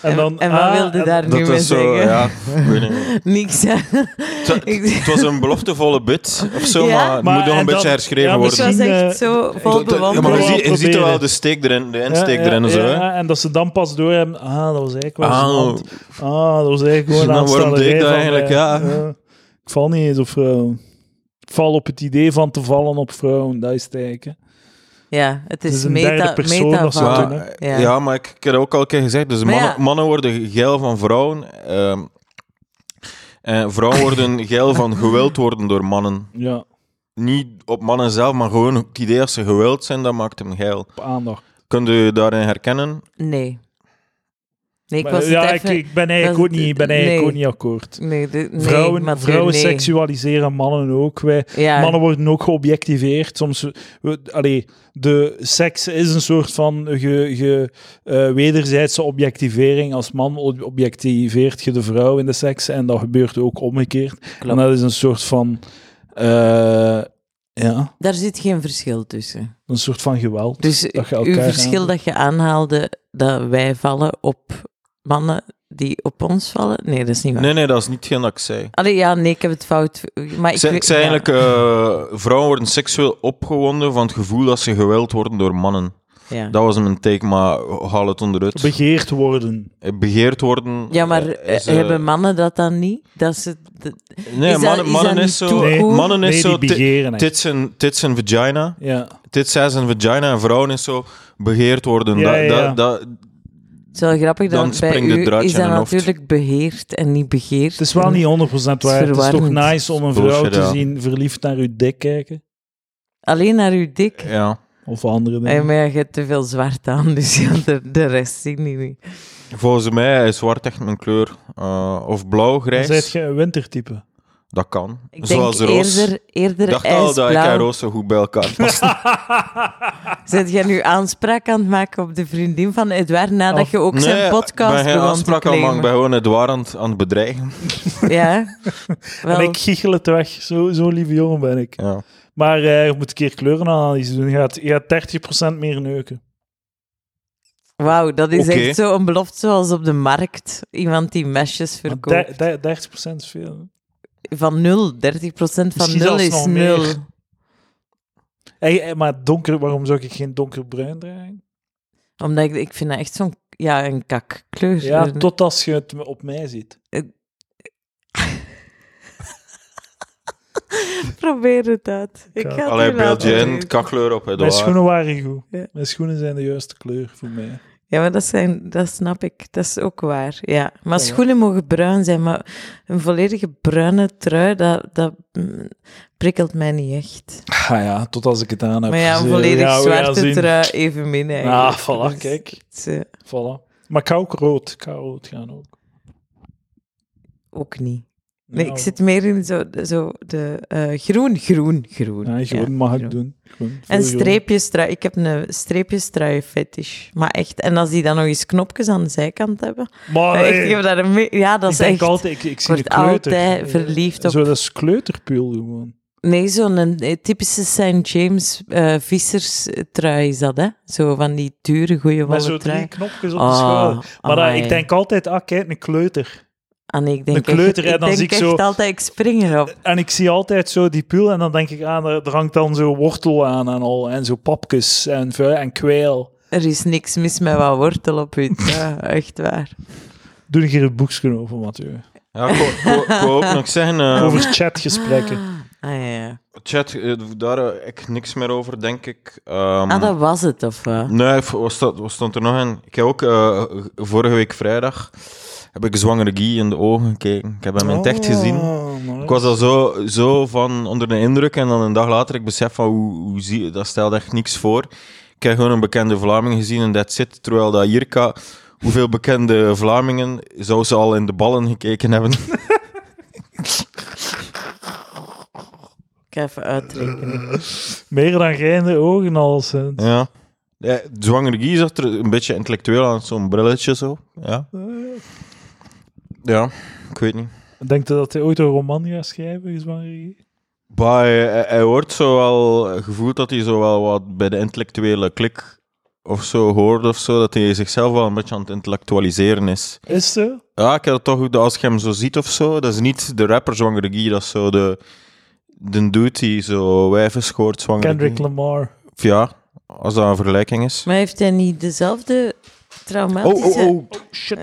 S3: En, dan,
S2: en wat
S3: ah,
S2: wilde
S3: en-
S2: daar nu
S1: Dat
S2: mee
S1: was zo,
S2: zeggen?
S1: ja... ik weet niet.
S2: Niks.
S1: Het wa-
S2: Ik-
S1: Het was een beloftevolle bit of zo,
S2: Ja?
S1: maar het
S3: Maar-
S1: moet nog
S3: en
S1: een beetje
S3: dan-
S1: herschreven
S3: ja,
S2: Ik
S1: worden.
S2: was
S3: Misschien,
S2: echt zo
S3: eh,
S2: vol
S3: dat- dat-
S1: Ja,
S2: bewondering.
S1: maar je
S3: wel
S1: ziet, je ziet wel
S3: proberen.
S1: de steek erin, de
S3: Ja,
S1: insteek
S3: ja,
S1: erin en zo,
S3: ja,
S1: hè.
S3: ja, en dat ze dan pas door hebben. Ah, dat was eigenlijk wel
S1: Ah,
S3: gênant. Ah, dat was eigenlijk gewoon
S1: Nou, waarom
S3: aanstellerij
S1: deed ik dat
S3: van
S1: eigenlijk?
S3: mij.
S1: Ja.
S3: Ik val niet eens op vrouwen. Ik val op het idee van te vallen op vrouwen. Dat is het eigenlijk, hè.
S2: Ja, het
S3: Het
S2: is
S3: is een
S2: meta,
S3: derde persoon
S2: meta
S3: of zo.
S2: van...
S3: doen,
S1: Maar,
S2: hè?
S1: ja.
S2: Ja.
S1: maar ik, ik heb dat ook al een keer gezegd. Dus
S2: Maar
S1: mannen,
S2: ja.
S1: mannen worden geil van vrouwen. ehm, eh, en vrouwen worden geil van geweld worden door mannen.
S3: Ja.
S1: niet op mannen zelf, maar gewoon het idee als ze gewild zijn, dat maakt hem geil.
S3: Op aandacht.
S1: Kun je daarin herkennen?
S2: Nee. Nee, ik
S3: Maar, eh,
S2: was het
S3: ja,
S2: even...
S3: ik, ik ben eigenlijk,
S2: was
S3: ook niet, ik ben eigenlijk
S2: nee.
S3: ook niet akkoord.
S2: Nee, de- nee,
S3: vrouwen
S2: Mathieu,
S3: vrouwen
S2: nee.
S3: seksualiseren mannen ook. Wij,
S2: Ja,
S3: Mannen worden ook geobjectiveerd. Soms, we- allee, de seks is een soort van ge, ge, eh, wederzijdse objectivering. Als man ob- objectiveert je de vrouw in de seks en dat gebeurt ook omgekeerd. En dat is een soort van, eh, ja,
S2: daar zit geen verschil tussen.
S3: een soort van geweld.
S2: Dus
S3: Dat je
S2: uw
S3: elkaar
S2: verschil
S3: aan-
S2: dat je aanhaalde, dat wij vallen op mannen die op ons vallen? Nee, dat is niet waar.
S1: Nee, nee, dat is niet geen dat ik zei.
S2: Allee, ja, nee, ik heb het fout. Maar ik,
S1: Ik zei,
S2: weet-
S1: ik zei
S2: ja.
S1: eigenlijk, eh, vrouwen worden seksueel opgewonden van het gevoel dat ze gewild worden door mannen.
S2: Ja.
S1: eh, Dat was mijn take, maar haal het onderuit.
S3: Begeerd worden.
S1: Begeerd worden...
S2: Ja, maar
S1: eh, is,
S2: eh,
S1: eh,
S2: hebben mannen dat dan niet? Dat ze, de-
S1: Nee,
S2: is dat-
S1: mannen,
S2: is
S1: mannen is
S2: dat niet
S1: zo...
S2: toe-
S3: Nee,
S2: Hoe-
S1: Mannen
S3: nee,
S1: is
S3: die
S1: zo... ti-
S3: begeren echt.
S1: Tits en, tits en vagina.
S3: Ja.
S1: Tits size en vagina en vrouwen is zo begeerd worden.
S3: Ja,
S1: Dat-
S3: ja, ja.
S1: dat- dat-
S2: het is wel grappig
S1: Dan
S2: dat bij
S1: springt het
S2: u
S1: draadje
S2: is dat
S1: aan de hoofd.
S2: natuurlijk beheerd en niet begeerd.
S3: Het is wel niet 100% waar. Het is, toch
S2: verwarrend.
S3: nice om een
S1: Bullshit,
S3: vrouw te
S1: ja.
S3: zien verliefd naar uw dik kijken?
S2: Alleen naar uw dik.
S1: ja.
S3: Of andere dingen.
S2: Hey, maar ja, je hebt te veel zwart aan, dus ja, de, de rest zien die niet.
S1: Volgens mij is zwart echt mijn kleur. Eh, of blauw,
S3: Dan
S1: grijs.
S3: zijt je een wintertype.
S1: Dat kan.
S2: Ik
S1: Zoals
S2: denk
S1: roos.
S2: eerder, eerder
S1: Ik dacht al dat ik en
S2: ijsblauw.
S1: roos zo goed bij elkaar passen.
S2: Zet jij nu aanspraak aan het maken op de vriendin van Edouard nadat
S3: Of-
S2: je ook zijn podcast
S1: ben geen
S2: begon te
S1: aanspraak aan, maar ik ben
S2: claimen?
S1: gewoon Edouard aan, het- aan het bedreigen.
S2: Ja. Wel,
S3: En ik giechel het weg. Zo, zo lieve jongen ben ik.
S1: Ja.
S3: Maar eh, je moet een keer kleurenanalyse doen. Je gaat, je gaat 30% meer neuken.
S2: wauw, dat is
S1: Oké.
S2: echt zo'n belofte zoals op de markt. Iemand die mesjes
S3: Maar
S2: verkoopt.
S3: der- der- 30% is veel. hè.
S2: Van nul, 30% van
S3: Misschien
S2: nul
S3: zelfs
S2: is
S3: nog
S2: nul.
S3: meer. Hey, eh, maar donker, waarom zou ik geen donkerbruin dragen?
S2: Omdat ik, ik vind dat echt zo'n ja, een kakkleur.
S3: Ja,
S2: Dus Een-
S3: tot als je het op mij ziet.
S2: Probeer het uit. Ik ga het
S1: Allee,
S2: u laten
S1: beeldje in,
S2: weten.
S1: kachleur op
S3: Mijn
S1: Edouard.
S3: schoenen waren goed.
S2: Ja.
S3: Mijn schoenen zijn de juiste kleur voor mij.
S2: Ja, maar dat, zijn, dat snap ik. Dat is ook waar. Ja. Maar
S3: Ja.
S2: schoenen mogen bruin zijn, maar een volledige bruine trui, dat, dat mm, prikkelt mij niet echt.
S3: Ah ja, tot als ik het aan heb.
S2: maar ja, een
S3: Dus, eh,
S2: volledig
S3: ja, we gaan
S2: zwarte
S3: zien.
S2: trui even min
S3: Ah,
S2: eigenlijk.
S3: voilà,
S2: Dus
S3: kijk.
S2: het is, eh,
S3: Voilà. Maar ik ga ook rood. Ik ga rood gaan ook.
S2: ook niet. Nee,
S3: Ja,
S2: ik zit meer in zo, zo de eh, groen, groen, groen.
S3: Ja, groen
S2: Ja,
S3: mag
S2: groen.
S3: ik doen. Groen, veel
S2: En
S3: groen.
S2: streepjes trui. Ik heb een streepjes trui fetish. Maar echt, en als die dan nog eens knopjes aan de zijkant hebben.
S3: Maar
S2: echt,
S3: nee,
S2: ik heb daar een me- ja, dat is
S3: ik denk
S2: echt.
S3: altijd, ik, ik zie
S2: word
S3: een kleuter.
S2: altijd verliefd op-
S3: Zo, dat is kleuterpul gewoon.
S2: Nee, zo'n eh, typische St. James eh vissers trui is dat, hè? Zo van die dure, goede
S3: Met zo
S2: wollen
S3: drie
S2: trui.
S3: knopjes op de
S2: Ah,
S3: schouder. Maar dat-
S2: amai.
S3: ik denk altijd, ah kijk, een kleuter.
S2: Ah, nee, ik denk
S3: Een kleuter,
S2: echt,
S3: hè, dan
S2: denk
S3: zie ik
S2: echt
S3: zo-
S2: altijd, ik spring erop.
S3: En ik zie altijd zo die pul en dan denk ik, ah, er er hangt dan zo wortel aan en al. En zo papjes en, vu- en kwijl.
S2: Er is niks mis met wat wortel op je trui, echt waar.
S3: Doe een keer het boekje over, Mathieu.
S1: Ja, ik wou- ik wou- ik wou ook nog zeggen... eh,
S3: Over chatgesprekken.
S2: Ah, ja, ja.
S1: Chat, eh, daar heb ik niks meer over, denk ik. Ehm,
S2: ah dat was het, of wat?
S1: Nee, v- wat stond, wat stond er nog in? Ik heb ook eh, vorige week vrijdag heb ik zwangere Guy in de ogen gekeken. Ik heb hem in het echt gezien.
S3: Oh,
S1: Ik was al zo, zo van onder de indruk en dan een dag later ik besef van hoe, hoe zie je, dat stelt echt niks voor. Ik heb gewoon een bekende Vlaming gezien en dat zit, terwijl dat Jirka, hoeveel bekende Vlamingen zou ze al in de ballen gekeken hebben?
S2: Ik ga even uitrekenen.
S3: Meer dan jij in de ogen al sinds.
S1: Ja. ja zwangere Guy zag er een beetje intellectueel aan, zo'n brilletje zo. Ja. Ja, ik weet niet.
S3: Denk je dat hij ooit een roman gaat schrijven, zwangere?
S1: Maar hij, hij- hij hoort zo wel, gevoeld dat hij zo wel wat bij de intellectuele klik of zo hoort of zo, dat hij zichzelf wel een beetje aan het intellectualiseren is.
S3: Is ze?
S1: Ja, ik heb dat toch, als je hem zo ziet of zo, dat is niet de rapper Zwangere Guy, dat is zo de, de dude die zo wijven schoort, Zwangere
S3: Kendrick
S1: Guy.
S3: Lamar.
S1: Of ja, als dat een vergelijking is.
S2: Maar heeft hij niet dezelfde
S1: Oh,
S2: traumatische...
S1: oh, oh.
S3: Shit.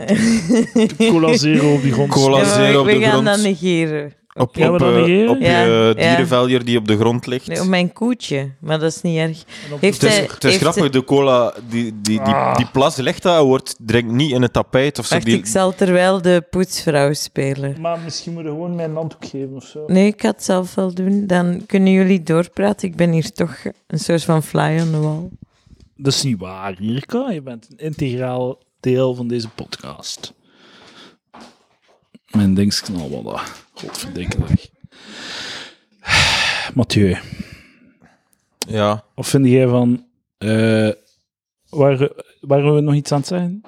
S3: Cola Zero op die grond.
S1: Cola
S2: Ja, maar
S1: Zero op
S2: we
S1: de
S2: gaan
S1: grond.
S2: dat negeren.
S1: Op,
S3: Gaan we
S1: op,
S3: dat
S1: eh,
S3: negeren?
S1: op
S2: Ja,
S1: je
S2: ja.
S1: dierenveldier die op de grond ligt.
S2: Nee, op mijn koetje, maar dat is niet erg.
S3: En op-
S1: Het
S2: Heeft
S1: is,
S2: hij-
S1: het is
S2: heeft
S1: grappig, de cola, die, die, die,
S3: Ah.
S1: die plas legt dat, wordt drinkt niet in het tapijt of zo.
S2: Wacht,
S1: Die,
S2: ik zal terwijl de poetsvrouw spelen.
S3: Maar misschien moet je gewoon mijn handdoek geven of zo.
S2: Nee, ik ga het zelf wel doen. Dan kunnen jullie doorpraten. Ik ben hier toch een soort van fly on the wall.
S3: Dat is niet waar, Jirka. Je bent een integraal deel van deze podcast. Mijn ding knal wel daar. Godverdikkelijk. Mathieu,
S1: ja.
S3: wat vind jij van... eh waren, waren we nog iets aan het zeggen?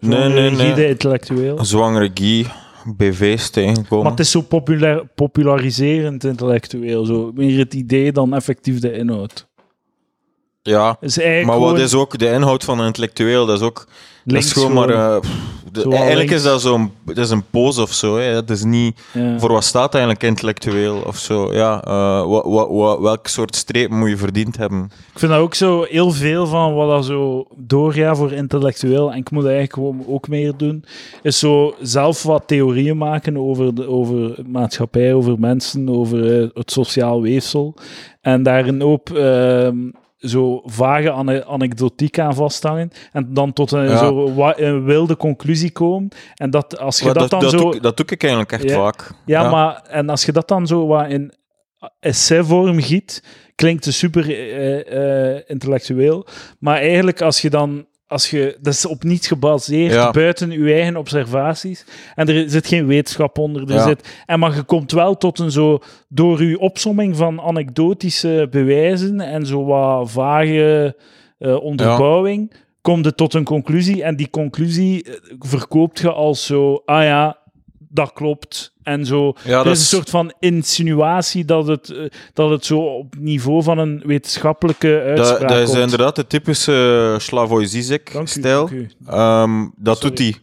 S3: Van
S1: Nee, nee,
S3: rigide
S1: nee.
S3: intellectueel.
S1: Zwangere Guy, BV's
S3: Maar
S1: tegenkomen.
S3: het is zo populair, populariserend intellectueel. Zo. Meer het idee dan effectief de inhoud.
S1: Ja,
S3: Het Is eigenlijk
S1: maar wat
S3: gewoon
S1: is ook de inhoud van een intellectueel? Dat is ook... Dat
S3: links
S1: is gewoon maar...
S3: gewoon.
S1: eh, pff, de-
S3: Zo wel
S1: eigenlijk
S3: links.
S1: is dat zo'n... Dat is een pose of zo. Hè. Dat is niet...
S3: Ja.
S1: Voor wat staat eigenlijk intellectueel of zo? Ja, eh, wa- wa- wa- welk soort streep moet je verdiend hebben?
S3: Ik vind dat ook zo heel veel van wat dat zo doorgaat voor intellectueel, en ik moet dat eigenlijk gewoon ook meer doen, is zo zelf wat theorieën maken over, de, over maatschappij, over mensen, over eh, het sociaal weefsel. En daar een hoop ehm, zo vage ane- anekdotiek aan vasthangen. En dan tot een,
S1: Ja.
S3: zo wa- een wilde conclusie komen. En dat als je
S1: Maar
S3: dat, dan zo...
S1: doe, ik- dat doe ik eigenlijk echt
S3: Ja.
S1: vaak.
S3: Ja, maar en als je dat dan zo wat in essayvorm giet, klinkt het super eh, eh, intellectueel. Maar eigenlijk als je dan als je, dat is op niets gebaseerd,
S1: Ja.
S3: buiten je eigen observaties. En er zit geen wetenschap onder. Er
S1: Ja.
S3: zit, en maar je komt wel tot een zo, door je opsomming van anekdotische bewijzen en zo wat vage eh, onderbouwing, kom je tot een conclusie. En die conclusie eh, verkoopt je als zo, ah ja, dat klopt. En zo,
S1: Ja,
S3: er is een soort van insinuatie dat het, eh, dat het zo op niveau van een wetenschappelijke
S1: Dat,
S3: uitspraak
S1: dat is
S3: komt.
S1: inderdaad de typische eh, Slavoj
S3: Dank u,
S1: Zizek-stijl.
S3: dank u.
S1: Ehm, dat
S3: Sorry.
S1: doet hij.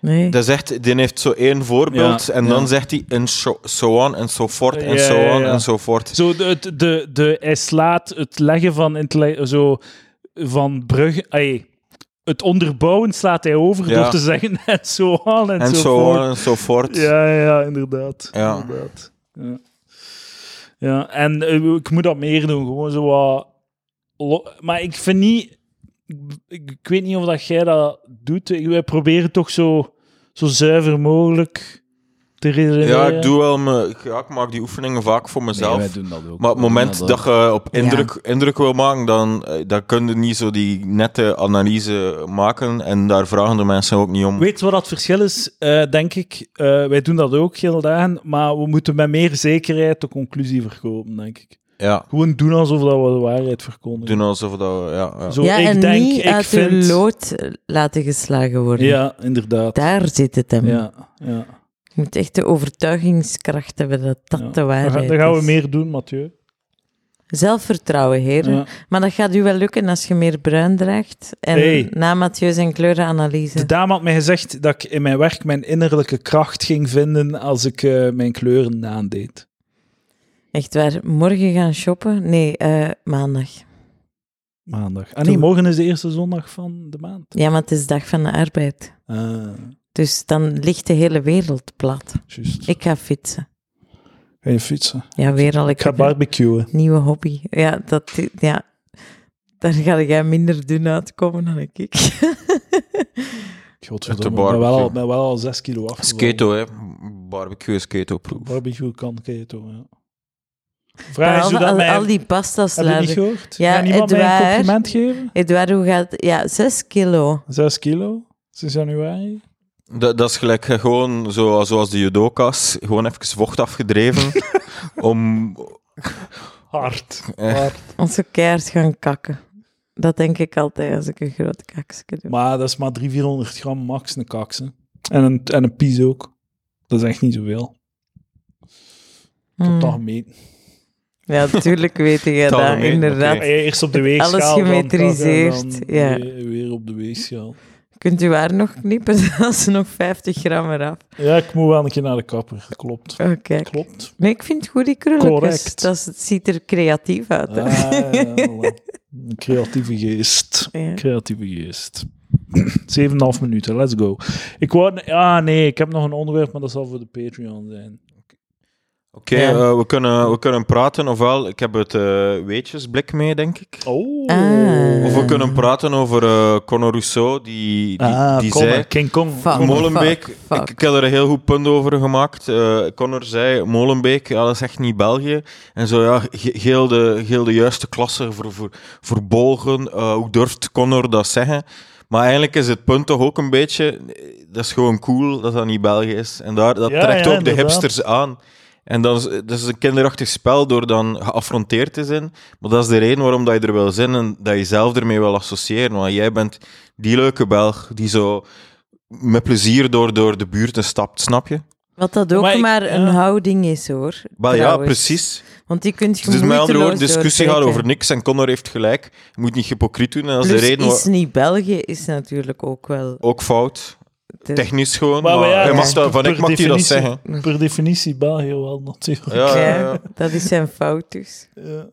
S2: Nee.
S1: Dat zegt, die heeft zo één voorbeeld
S3: Ja,
S1: en dan
S3: ja.
S1: zegt hij en zo so on en zo voort en
S3: Ja,
S1: zo
S3: ja,
S1: on
S3: ja.
S1: en zo voort.
S3: Zo de, het- de, de, hij slaat het leggen van, intelle- zo, van bruggen... ai, het onderbouwen slaat hij over
S1: Ja.
S3: door te zeggen en zo aan en,
S1: En
S3: zo
S1: zo
S3: voort.
S1: on en zo voort.
S3: Ja, ja, ja, inderdaad.
S1: Ja.
S3: inderdaad. Ja. Ja, en eh, ik moet dat meer doen. Gewoon zo wat... lo- Maar ik vind niet... Ik, ik weet niet of dat jij dat doet. Ik- Wij proberen toch zo, zo zuiver mogelijk te redeneren.
S1: Ja, ik doe wel me, ja, ik maak die oefeningen vaak voor mezelf.
S4: doen dat ook.
S1: maar op het moment dat je op indruk, indruk wil maken, dan, eh, dan kun je niet zo die nette analyse maken. En daar vragen de mensen ook niet om.
S3: Weet je wat dat verschil is? Eh, denk ik. Eh, wij doen dat ook heel dagen, maar we moeten met meer zekerheid de conclusie verkopen, denk ik.
S1: Ja,
S3: Gewoon doen alsof dat we de waarheid verkondigen.
S1: doen alsof dat... Ja, ja.
S3: Zo,
S2: ja,
S3: ik
S2: en
S3: denk,
S2: niet
S3: ik
S2: uit
S3: vind...
S2: hun lood laten geslagen worden.
S3: Ja, inderdaad.
S2: Daar zit het hem.
S3: Ja, ja.
S2: Je moet echt de overtuigingskracht hebben dat dat
S3: Ja.
S2: de
S3: Dan
S2: waarheid
S3: gaan-
S2: is.
S3: Dan gaan we meer doen, Mathieu.
S2: Zelfvertrouwen, heren.
S3: Ja.
S2: Maar dat gaat u wel lukken als je meer bruin draagt. En
S3: Hey.
S2: na Mathieu zijn
S3: De
S2: kleurenanalyse.
S3: dame had mij gezegd dat ik in mijn werk mijn innerlijke kracht ging vinden als ik eh, mijn kleuren nadeed.
S2: Echt waar, morgen gaan shoppen? Nee, eh, maandag.
S3: Maandag. Ah nee, morgen is de eerste zondag van de maand.
S2: Ja, maar het is dag van de arbeid.
S3: Ah,
S2: Dus dan ligt de hele wereld plat.
S3: juist.
S2: Ik ga fietsen.
S3: Ga je fietsen?
S2: Ja, weer al.
S3: Ik ga
S2: heb een
S3: barbecuen.
S2: nieuwe hobby. Ja, dat, ja, daar ga jij minder dun uitkomen dan ik.
S1: Met
S3: Godverdomme,
S1: de
S3: ik ben wel, al-
S1: barbecue.
S3: ben wel al zes kilo af.
S1: is keto, hè. Barbecue is keto-proef.
S3: Barbecue kan keto, ja. Vraag
S2: Behalve
S3: is hoe dat
S2: al,
S3: mij...
S2: al die pasta's
S3: Heb je niet
S2: laten.
S3: gehoord?
S2: Ja,
S3: Kan niemand mij een
S2: Edouard.
S3: compliment geven?
S2: Edouard, hoe gaat... Ja, 6 kilo.
S3: Zes kilo? Sinds januari?
S1: Dat, dat is gelijk eh, gewoon zo, zoals de judoka's, gewoon even vocht afgedreven. om,
S3: Hard.
S1: eh,
S3: Hard.
S2: Onze keihard gaan kakken. Dat denk ik altijd als ik een groot kaksje doe.
S3: Maar dat is maar 300, 400 gram max een kaks. hè. En een, en een pies ook. Dat is echt niet zoveel. Ik heb
S2: Hmm.
S3: dat gemeten.
S2: Ja, natuurlijk weet je
S1: Tal
S2: dat,
S1: gemeten,
S2: inderdaad.
S1: oké.
S3: Ah, Eerst op de weegschaal.
S2: Alles
S3: dan kakken en
S2: gemetriseerd,
S3: dan
S2: ja.
S3: Weer, weer op de weegschaal.
S2: Kunt u haar nog knippen? Dat is nog 50 gram eraf.
S3: Ja, ik moet wel een keer naar de kapper. Klopt.
S2: Oh, kijk.
S3: Klopt.
S2: Nee, ik vind het goed, die krulletjes.
S3: Correct.
S2: Dat is- het ziet er creatief uit. hè.
S3: Ah, ja, voilà. Een creatieve geest.
S2: Ja.
S3: Creatieve geest. 7,5 minuten, let's go. Ik wou... Ah nee, ik heb nog een onderwerp, maar dat zal voor de Patreon zijn.
S1: Oké,
S2: Ja.
S1: eh, we, kunnen, we kunnen praten, ofwel, ik heb het eh, weetjesblik mee, denk ik.
S3: Oh.
S2: Ah.
S1: Of we kunnen praten over eh Conor Rousseau, die, die,
S3: Ah,
S1: die
S3: kom,
S1: zei...
S3: King Kong.
S2: Fuck.
S3: Kom.
S1: Molenbeek,
S2: fuck, fuck.
S1: Ik, ik heb er een heel goed punt over gemaakt. Eh Connor zei, Molenbeek, ja, dat is echt niet België. En zo, ja, ge- heel de, heel de juiste klasse voor, voor, voor Bolgen. Eh, hoe durft Connor dat zeggen? Maar eigenlijk is het punt toch ook een beetje... eh, Dat is gewoon cool dat dat niet België is. En daar, dat
S3: Ja,
S1: trekt
S3: ja,
S1: ook de
S3: inderdaad.
S1: hipsters aan. En dat is, dat is een kinderachtig spel door dan geaffronteerd te zijn. Maar dat is de reden waarom dat je er wil zijn en dat je zelf ermee wil associëren. Want jij bent die leuke Belg die zo met plezier door, door de buurt stapt, snap je?
S2: Wat dat ook
S3: Maar
S2: maar,
S3: ik- ja.
S2: een houding is, hoor.
S1: Wel ja,
S2: trouwens.
S1: precies.
S2: Want die kunt je
S1: Dus met andere woorden,
S2: moeiteloos
S1: de discussie gaat
S2: doorbreken.
S1: over niks en Connor heeft gelijk. Je moet niet hypocriet doen en dat is
S2: Plus
S1: de reden
S2: is
S1: waarom...
S2: niet België, is natuurlijk ook wel...
S1: Ook fout,
S2: de-
S1: technisch gewoon,
S3: Maar,
S1: maar,
S3: maar ja,
S1: je
S2: dat
S1: eh, mag
S2: is
S1: dat- van
S3: per
S1: ik mag je dat
S3: definitie.
S1: zeggen.
S3: Per definitie België wel, natuurlijk.
S1: Ja, ja,
S2: Ja,
S1: ja.
S2: dat is zijn fout dus.
S3: Ja.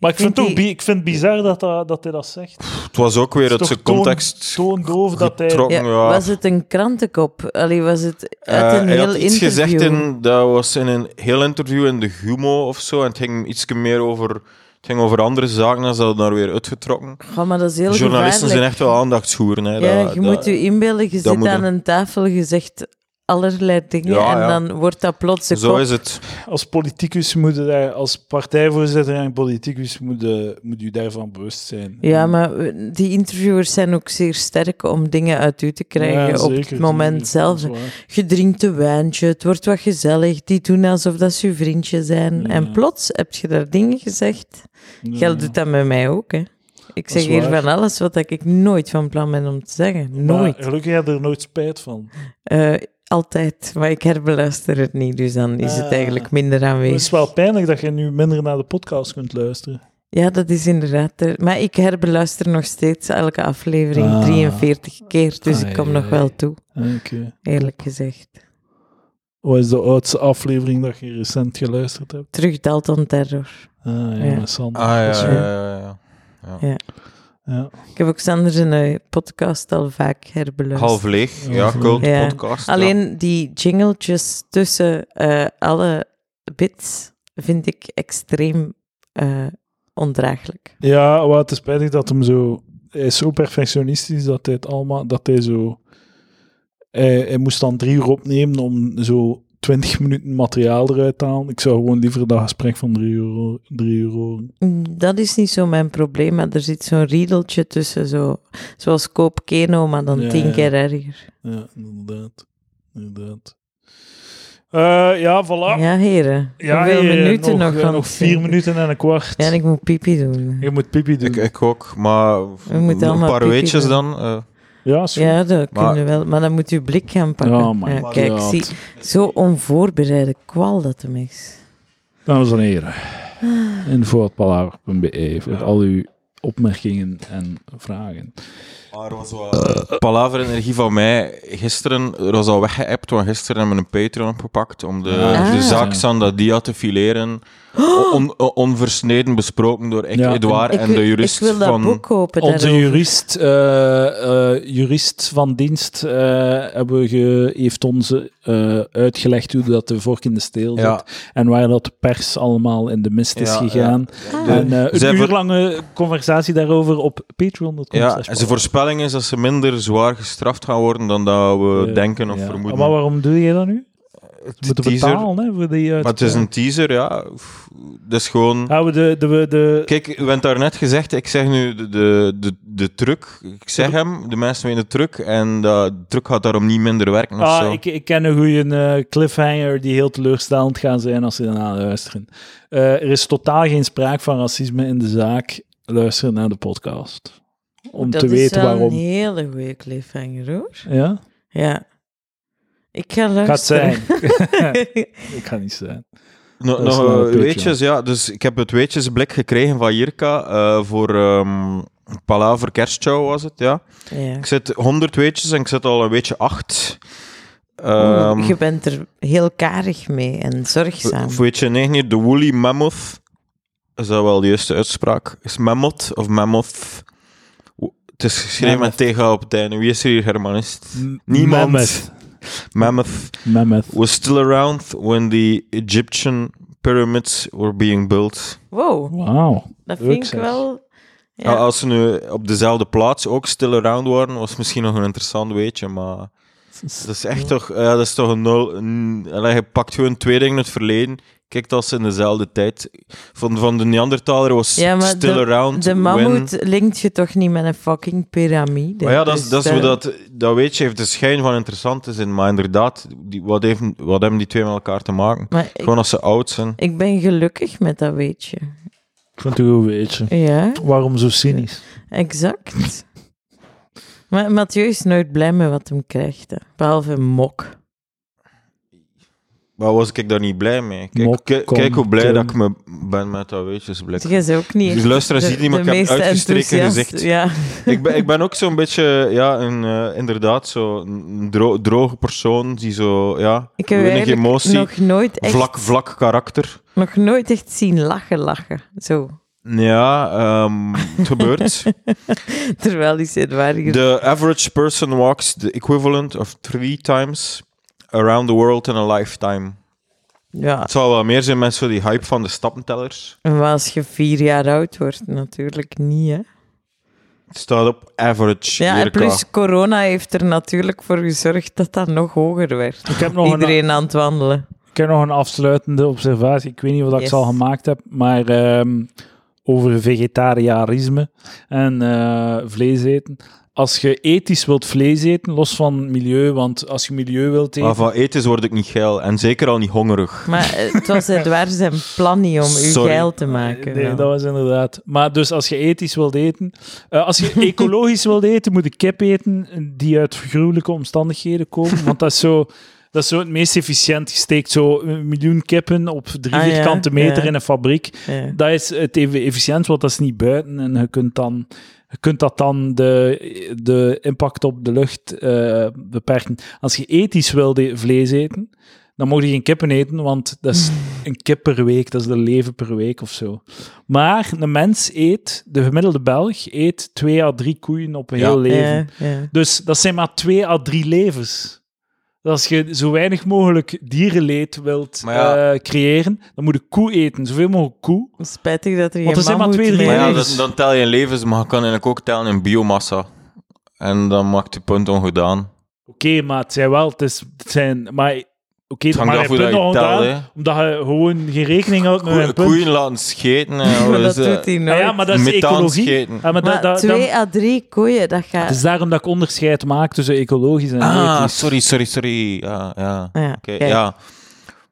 S3: Maar ik
S2: vind
S3: vind, het ook
S2: die-
S3: bi- ik vind het bizar dat, dat, dat hij dat zegt.
S1: Het was ook weer
S3: Het
S1: uit
S3: is toch
S1: zijn context
S3: Toon, toondoof dat hij...
S1: getrokken.
S2: Ja,
S1: ja.
S2: was het een krantenkop? Allee, was het
S1: Eh,
S2: uit een
S1: hij
S2: heel
S1: had iets
S2: interview?
S1: gezegd in, dat was in een heel interview in de Humo of zo. En het ging iets meer over, het ging over andere zaken. Dan is dat daar weer uitgetrokken.
S2: Goh, maar dat is heel
S1: Journalisten zijn
S2: gevaarlijk.
S1: echt wel aandachtshoeren. Hè.
S2: Ja,
S1: Dat-
S2: je
S1: dat-
S2: moet je inbeelden, je
S1: dat
S2: zit
S1: moet
S2: aan
S1: je-
S2: een tafel, je zegt allerlei dingen
S1: Ja,
S2: en
S1: ja.
S2: dan wordt dat plots de
S1: Zo
S2: kop.
S1: is het.
S3: Als politicus moet je daar, als partijvoorzitter en politicus moet je, moet je daarvan bewust zijn.
S2: Ja, maar we- die interviewers zijn ook zeer sterk om dingen uit u te krijgen
S3: Ja,
S2: op
S3: zeker,
S2: het moment
S3: tuurlijk, dat
S2: zelf.
S3: is waar.
S2: Je drinkt een wijntje, het wordt wat gezellig, die doen alsof dat ze je vriendje zijn.
S3: Ja.
S2: En plots heb je daar dingen gezegd.
S3: Ja.
S2: Jij doet dat met mij ook, hè. Ik
S3: Dat is
S2: zeg hier
S3: waar.
S2: van alles wat ik ik nooit van plan ben om te zeggen.
S3: Maar
S2: Nooit.
S3: Gelukkig heb je er nooit spijt van.
S2: Eh, altijd. Maar ik herbeluister het niet, dus dan is het
S3: Ah.
S2: eigenlijk minder
S3: Het
S2: aanwezig.
S3: is wel pijnlijk dat je nu minder naar de podcast kunt luisteren.
S2: Ja, dat is inderdaad. er- Maar ik herbeluister nog steeds elke aflevering
S3: Ah.
S2: 43 keer, dus
S3: Ah,
S2: ik kom
S3: ja,
S2: nog
S3: ja, ja.
S2: wel toe,
S3: Ah, Oké.
S2: eerlijk gezegd.
S3: Wat is de oudste aflevering dat je recent geluisterd hebt?
S2: Terug Dalton Terror.
S3: Ah, ja,
S2: Ja.
S3: met Sander.
S1: Ah, ja,
S3: Dat is
S1: ja,
S3: goed.
S1: ja, ja.
S3: Ja.
S2: Ik heb ook Sander zijn eh, podcast al vaak herbeluisterd.
S1: Half leeg. Ja,
S3: Half leeg.
S1: cult
S2: Ja.
S1: podcast. ja.
S2: Alleen die jingletjes tussen eh, alle bits vind ik extreem eh, ondraaglijk.
S3: Ja, wat het is spijtig dat hem zo... Hij is zo perfectionistisch dat hij het allemaal... Dat hij zo... Hij, hij moest dan drie uur opnemen om zo twintig minuten materiaal eruit te halen. Ik zou gewoon liever dat gesprek van drie uur, ho- drie uur horen.
S2: Mm, Dat is niet zo mijn probleem, maar er zit zo'n riedeltje tussen, zo, zoals Koop Keno, maar dan
S3: Ja,
S2: tien
S3: ja.
S2: keer erger.
S3: Ja, inderdaad. Inderdaad. Eh, ja, voilà.
S2: Ja, heren.
S3: Ja,
S2: Hoeveel
S3: hier,
S2: minuten nog?
S3: eh,
S2: want-
S3: nog vier minuten en een kwart.
S2: Ja, en ik moet pipi doen.
S3: Je moet pipi doen.
S1: Ik, ik ook, maar
S2: Mm. moeten
S1: een
S2: allemaal
S1: paar
S2: pipi
S1: weetjes
S2: doen.
S1: dan. eh.
S3: Ja, is goed.
S2: Ja, dat
S1: Maar-
S2: kunnen we wel. Maar dan moet je blik gaan pakken.
S3: Oh my
S2: Ja,
S3: God.
S2: kijk, zie, zo onvoorbereide kwal dat hem is.
S3: Dames en heren,
S2: Ah.
S3: info.palaver.be E voor al uw opmerkingen en vragen.
S1: Maar er was wel... Eh, Palaver Energie van mij, gisteren er was al weggeëpt, want gisteren hebben we een Patreon opgepakt om de,
S3: Ah.
S1: de zaak
S3: Ja.
S1: Sandadia te fileren. On- on- onversneden besproken door ik,
S3: Ja.
S1: Edouard en
S2: wil-
S1: de jurist
S2: Oh. ik wil dat
S1: van...
S2: boek kopen.
S3: Onze
S2: daarover.
S3: jurist, eh, eh, jurist van dienst eh, hebben we ge- heeft ons eh, uitgelegd hoe dat de vork in de steel zit
S1: Ja.
S3: en waar dat de pers allemaal in de mist is
S1: Ja,
S3: gegaan.
S1: ja.
S2: Ah,
S3: En eh,
S1: Zij
S3: een
S1: ver-
S3: uur lange conversatie daarover op patreon.com.
S1: Ja, en zijn voorspelling is dat ze minder zwaar gestraft gaan worden dan dat we
S3: Eh,
S1: denken of
S3: Ja.
S1: vermoeden.
S3: Maar waarom doe je dat nu?
S1: Het
S3: Ze moeten
S1: teaser-
S3: betalen eh? hè, voor die
S1: Maar het is een teaser, ja. Dat is gewoon...
S3: Houden de, de, de, de,
S1: Kijk, u bent daarnet gezegd, ik zeg nu de, de, de, de truc. Ik zeg hem, de mensen weten de truc. En dat de truc gaat daarom niet minder werken of zo.
S3: Ah, ik, ik ken een goede eh, cliffhanger die heel teleurstellend gaan zijn als ze daarna luisteren. Eh, er is totaal geen sprake van racisme in de zaak. Luister naar de podcast. Om
S2: dat
S3: te
S2: is
S3: weten
S2: wel
S3: waarom.
S2: een hele goede cliffhanger, hoor.
S3: Ja?
S2: Ja. Ik ga luisteren.
S3: Gaat zijn. ik ga niet zijn.
S1: Nog,
S3: dat is
S1: nog
S3: wel een
S1: eh,
S3: puntje.
S1: weetjes, ja. Dus ik heb het weetjesblik gekregen van Jirka eh, voor ehm Palaver Kerstshow was het, ja.
S2: ja.
S1: Ik zit 100 weetjes en ik zit al een weetje 8.
S3: Oh,
S2: Oeh,
S1: Ehm
S2: je bent er heel karig mee en zorgzaam.
S1: Of weet je, nee, niet de woolly mammoth. Is dat wel de juiste uitspraak? Is mammoth of mammoth? Wo- Het is geschreven
S3: Mammoth.
S1: met tegen op het einde. Wie is er hier Germanist? Niemand.
S3: Mammoth.
S1: Mammoth
S3: Mammoth.
S1: was still around when the Egyptian pyramids were being built.
S2: Wow,
S3: Wauw.
S2: dat
S3: Leuk,
S2: vind ik
S3: zeg.
S2: wel... Ja.
S1: Als ze nu op dezelfde plaats ook stil around waren, was misschien nog een interessant weetje, maar... Dat is echt toch, ja, dat is toch een nul. een- allee, je pakt gewoon twee dingen uit het verleden. Kijk, dat ze in dezelfde tijd. Van, van de Neandertaler was
S2: Ja, maar
S1: still around.
S2: De
S1: when-
S2: mammoet linkt je toch niet met een fucking piramide?
S1: Maar ja, dat, is-
S2: Dus,
S1: dat, is hoe
S2: eh,
S1: dat, dat weet je, heeft de schijn van interessant te zijn. Maar inderdaad, die, wat, heeft, wat hebben die twee met elkaar te maken?
S2: Maar ik,
S1: Gewoon als ze oud zijn.
S2: ik ben gelukkig met dat weetje.
S3: Ik vind het een goed weetje.
S2: Ja,
S3: Waarom zo cynisch?
S2: exact. maar Mathieu is nooit blij met wat hem krijgt, hè. behalve een mok.
S1: Maar was ik daar niet blij mee? Kijk,
S3: Mok,
S1: kijk,
S3: kom,
S1: kijk hoe blij
S3: Tim.
S1: dat ik me ben met dat weetjesblik.
S2: Jij is ook
S1: Dus
S2: niet
S1: Die
S2: echt
S1: luisteraar
S2: de-
S1: ziet niet, maar
S2: de
S1: ik heb
S2: meest
S1: uitgestreken
S2: enthousiast-
S1: gezicht.
S2: Ja,
S1: ik, ben, ik ben ook zo'n beetje, ja, een, eh, inderdaad, zo'n dro droge persoon die zo, ja,
S2: ik heb
S1: weinig
S2: eigenlijk
S1: emotie,
S2: nog nooit echt,
S1: vlak, vlak karakter.
S2: nog nooit echt zien lachen lachen. Zo.
S1: Ja, ehm, het gebeurt.
S2: Terwijl die zit waar hier-
S1: The average person walks the equivalent of three times around the world in a lifetime.
S2: Ja,
S1: Het zal wel meer zijn met zo die hype van de stappentellers.
S2: maar als je vier jaar oud wordt, natuurlijk niet, hè.
S1: Het staat op average.
S2: Ja,
S1: hier
S2: en plus corona heeft er natuurlijk voor gezorgd dat dat nog hoger werd.
S3: Ik heb nog een
S2: Iedereen aan het wandelen.
S3: Ik heb nog een afsluitende observatie. Ik weet niet wat ik
S2: Yes.
S3: ze al gemaakt heb, maar ehm, over vegetariarisme en eh, vlees eten. Als je ethisch wilt vlees eten, los van milieu, want als je milieu wilt
S1: ka. Maar
S3: eten...
S1: van eten word ik niet geil. En zeker al niet hongerig.
S2: Maar eh, het was Edouard zijn plan niet om u
S1: Sorry.
S2: geil te maken.
S3: Nee,
S2: wel.
S3: dat was inderdaad. Maar dus als je ethisch wilt eten, eh, als je ecologisch wilt eten, moet je kip eten die uit gruwelijke omstandigheden komen. Want dat is zo, dat is zo het meest efficiënt. Je steekt zo een miljoen kippen op drie
S2: Ah, ja,
S3: vierkante meter
S2: ja.
S3: in een fabriek.
S2: Ja.
S3: Dat is het even efficiënt, want dat is niet buiten. En je kunt, dan, je kunt dat dan de, de impact op de lucht eh, beperken. Als je ethisch wil de- vlees eten, dan mocht je geen kippen eten, want dat is een kip per week, dat is de leven per week of zo. Maar een mens eet, de gemiddelde Belg eet twee à drie koeien op een
S1: Ja. Eh.
S3: heel leven.
S2: Ja, ja.
S3: Dus dat zijn maar twee à drie levens. Dus Als je zo weinig mogelijk dierenleed wilt
S1: Maar ja.
S3: eh, creëren, dan moet je koe eten. Zoveel mogelijk koe.
S2: Spijtig dat er
S3: Want er
S2: geen
S3: zijn maar
S2: mammoet
S3: twee, drie
S1: Maar
S2: meer
S1: ja,
S2: is.
S1: dat- dan tel je in levens, maar je kan eigenlijk ook tellen in biomassa. En dan maakt je punt ongedaan.
S3: Oké, maar het zijn wel, het, is, het zijn, maar oké,
S1: Het hangt
S3: maar
S1: af hoe dat je
S3: nog
S1: telt,
S3: gedaan,
S1: hè.
S3: omdat je gewoon geen rekening houdt met
S1: Koe-
S3: mijn punt.
S1: Koeien laten scheten. hè,
S2: Maar
S1: wat
S2: dat
S1: is
S2: doet hij
S3: Ah
S2: nooit.
S3: ja, maar dat is
S1: Methaan
S3: ecologie.
S1: scheten.
S3: Ah, maar dat-
S2: Maar
S3: dat- dat-
S2: twee à drie koeien, dat gaat...
S3: het
S1: Dus-
S3: is daarom dat ik onderscheid maak tussen ecologisch en
S1: Ah,
S3: ethisch.
S1: sorry, sorry, sorry. Ja, ja.
S2: Ja,
S1: Oké,
S2: kijk.
S1: ja.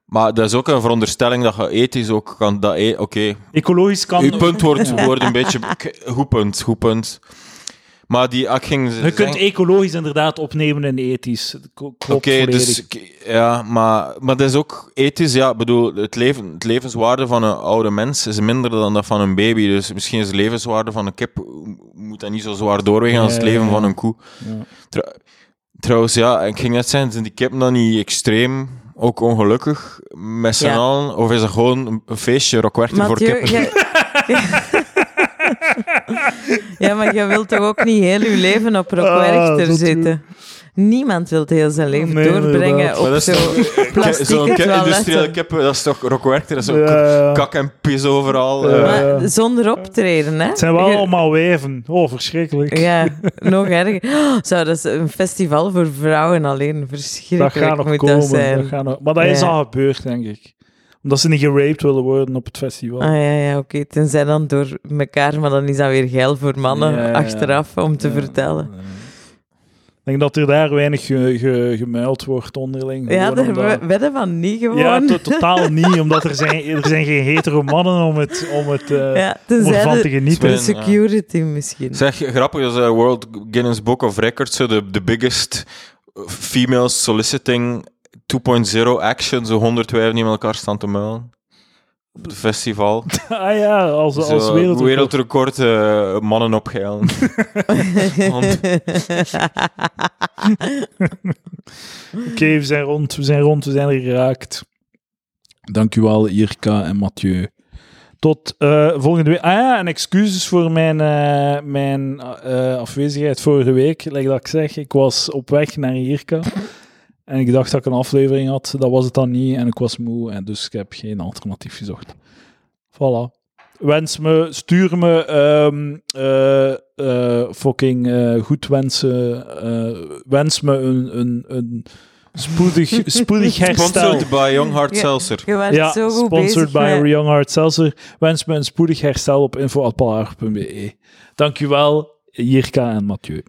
S1: Maar dat is ook een veronderstelling dat je ethisch ook kan... dat e- Oké,
S3: Ecologisch kan...
S1: uw punt wordt, wordt een beetje... k- Goed punt, goed punt. Maar die... ah, Ik ging
S3: Je kunt
S1: zeggen-
S3: ecologisch inderdaad opnemen en ethisch. Dat kl- Klopt
S1: Oké,
S3: volledig.
S1: dus... k- Ja, maar, maar dat is ook ethisch, ja. Ik bedoel, het, leven, het levenswaarde van een oude mens is minder dan dat van een baby. Dus misschien is de levenswaarde van een kip... Moet dat niet zo zwaar doorwegen als het
S3: Ja, ja,
S1: leven
S3: ja.
S1: van een koe.
S3: Ja.
S1: Trou- trouwens, ja, ik ging net zeggen, zijn die kippen dan niet extreem, ook ongelukkig, met z'n
S2: Ja.
S1: allen? Of is dat gewoon een- een feestje, rockwerter voor
S2: Mathieu,
S1: kippen?
S2: jij- ja, maar je wilt toch ook niet heel je leven op
S3: Ah,
S2: rockwerchter
S3: dat
S2: zitten? Niemand wil heel zijn leven
S3: Nee,
S2: doorbrengen
S3: inderdaad.
S1: Maar
S2: op
S1: dat is toch-
S2: zo'n plastieke
S1: Zo'n ki- industriële
S2: toiletten.
S1: kippen, dat is toch rockwerter? Dat is ook
S3: Ja.
S1: kak en pis overal.
S3: Ja.
S1: eh.
S2: Maar zonder optreden, hè?
S3: Het zijn wel
S2: Je-
S3: allemaal wijven. Oh, verschrikkelijk.
S2: Ja, nog erger. Oh, Zou dat is een festival voor vrouwen alleen?
S3: dat
S2: Verschrikkelijk
S3: gaat nog
S2: moet
S3: komen.
S2: dat zijn.
S3: dat gaat nog- Maar dat is
S2: Ja.
S3: al gebeurd, denk ik. Omdat ze niet geraped willen worden op het festival.
S2: Ah ja, ja oké. Tenzij dan door elkaar, maar dan is dat weer geil voor mannen
S3: Ja, ja, ja.
S2: achteraf om te
S3: Ja.
S2: vertellen.
S3: Ja. Ik denk dat er daar weinig ge, ge- gemuild wordt onderling.
S2: Ja,
S3: Gewoon
S2: daar
S3: omdat-
S2: we- wedden van niet gewoon.
S3: ja to- totaal niet, omdat er zijn, er zijn geen hetero mannen om, het, om, het, eh,
S2: Ja,
S3: om ervan
S2: tenzij
S3: te
S2: de,
S3: genieten.
S2: de
S1: Ben, ja.
S2: security misschien.
S1: Zeg, grappig, dat is eh, World Guinness Book of Records, zo de, de biggest eh, female soliciting 2.0 action, zo 100 wijven die met elkaar staan te muilen. Op het festival.
S3: Ah ja, als,
S1: Zo,
S3: als wereldrecord.
S1: wereldrecord eh, mannen opgeilen. Want-
S3: Oké, we zijn rond, we zijn rond, we zijn er geraakt. Dank u wel, Irka en Mathieu. Tot eh, volgende week. Ah ja, en excuses voor mijn, eh, mijn eh, afwezigheid vorige week. Like dat ik zeg, ik was op weg naar Irka. En ik dacht dat ik een aflevering had. Dat was het dan niet. En ik was moe. En dus ik heb geen alternatief gezocht. Voilà. Wens me, stuur me ehm, eh, eh, fucking eh, goed wensen. eh, wens me een, een, een spoedig, spoedig herstel.
S1: Sponsored by Young Hard
S2: Ja.
S1: Seltzer.
S2: Je werd
S3: Ja,
S2: zo goed
S3: sponsored
S2: bezig
S3: by
S2: met-
S3: Young Heart Seltzer. Wens me een spoedig herstel e. op info.palaar.be. Dankjewel, Jirka en Mathieu.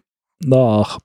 S3: Dag.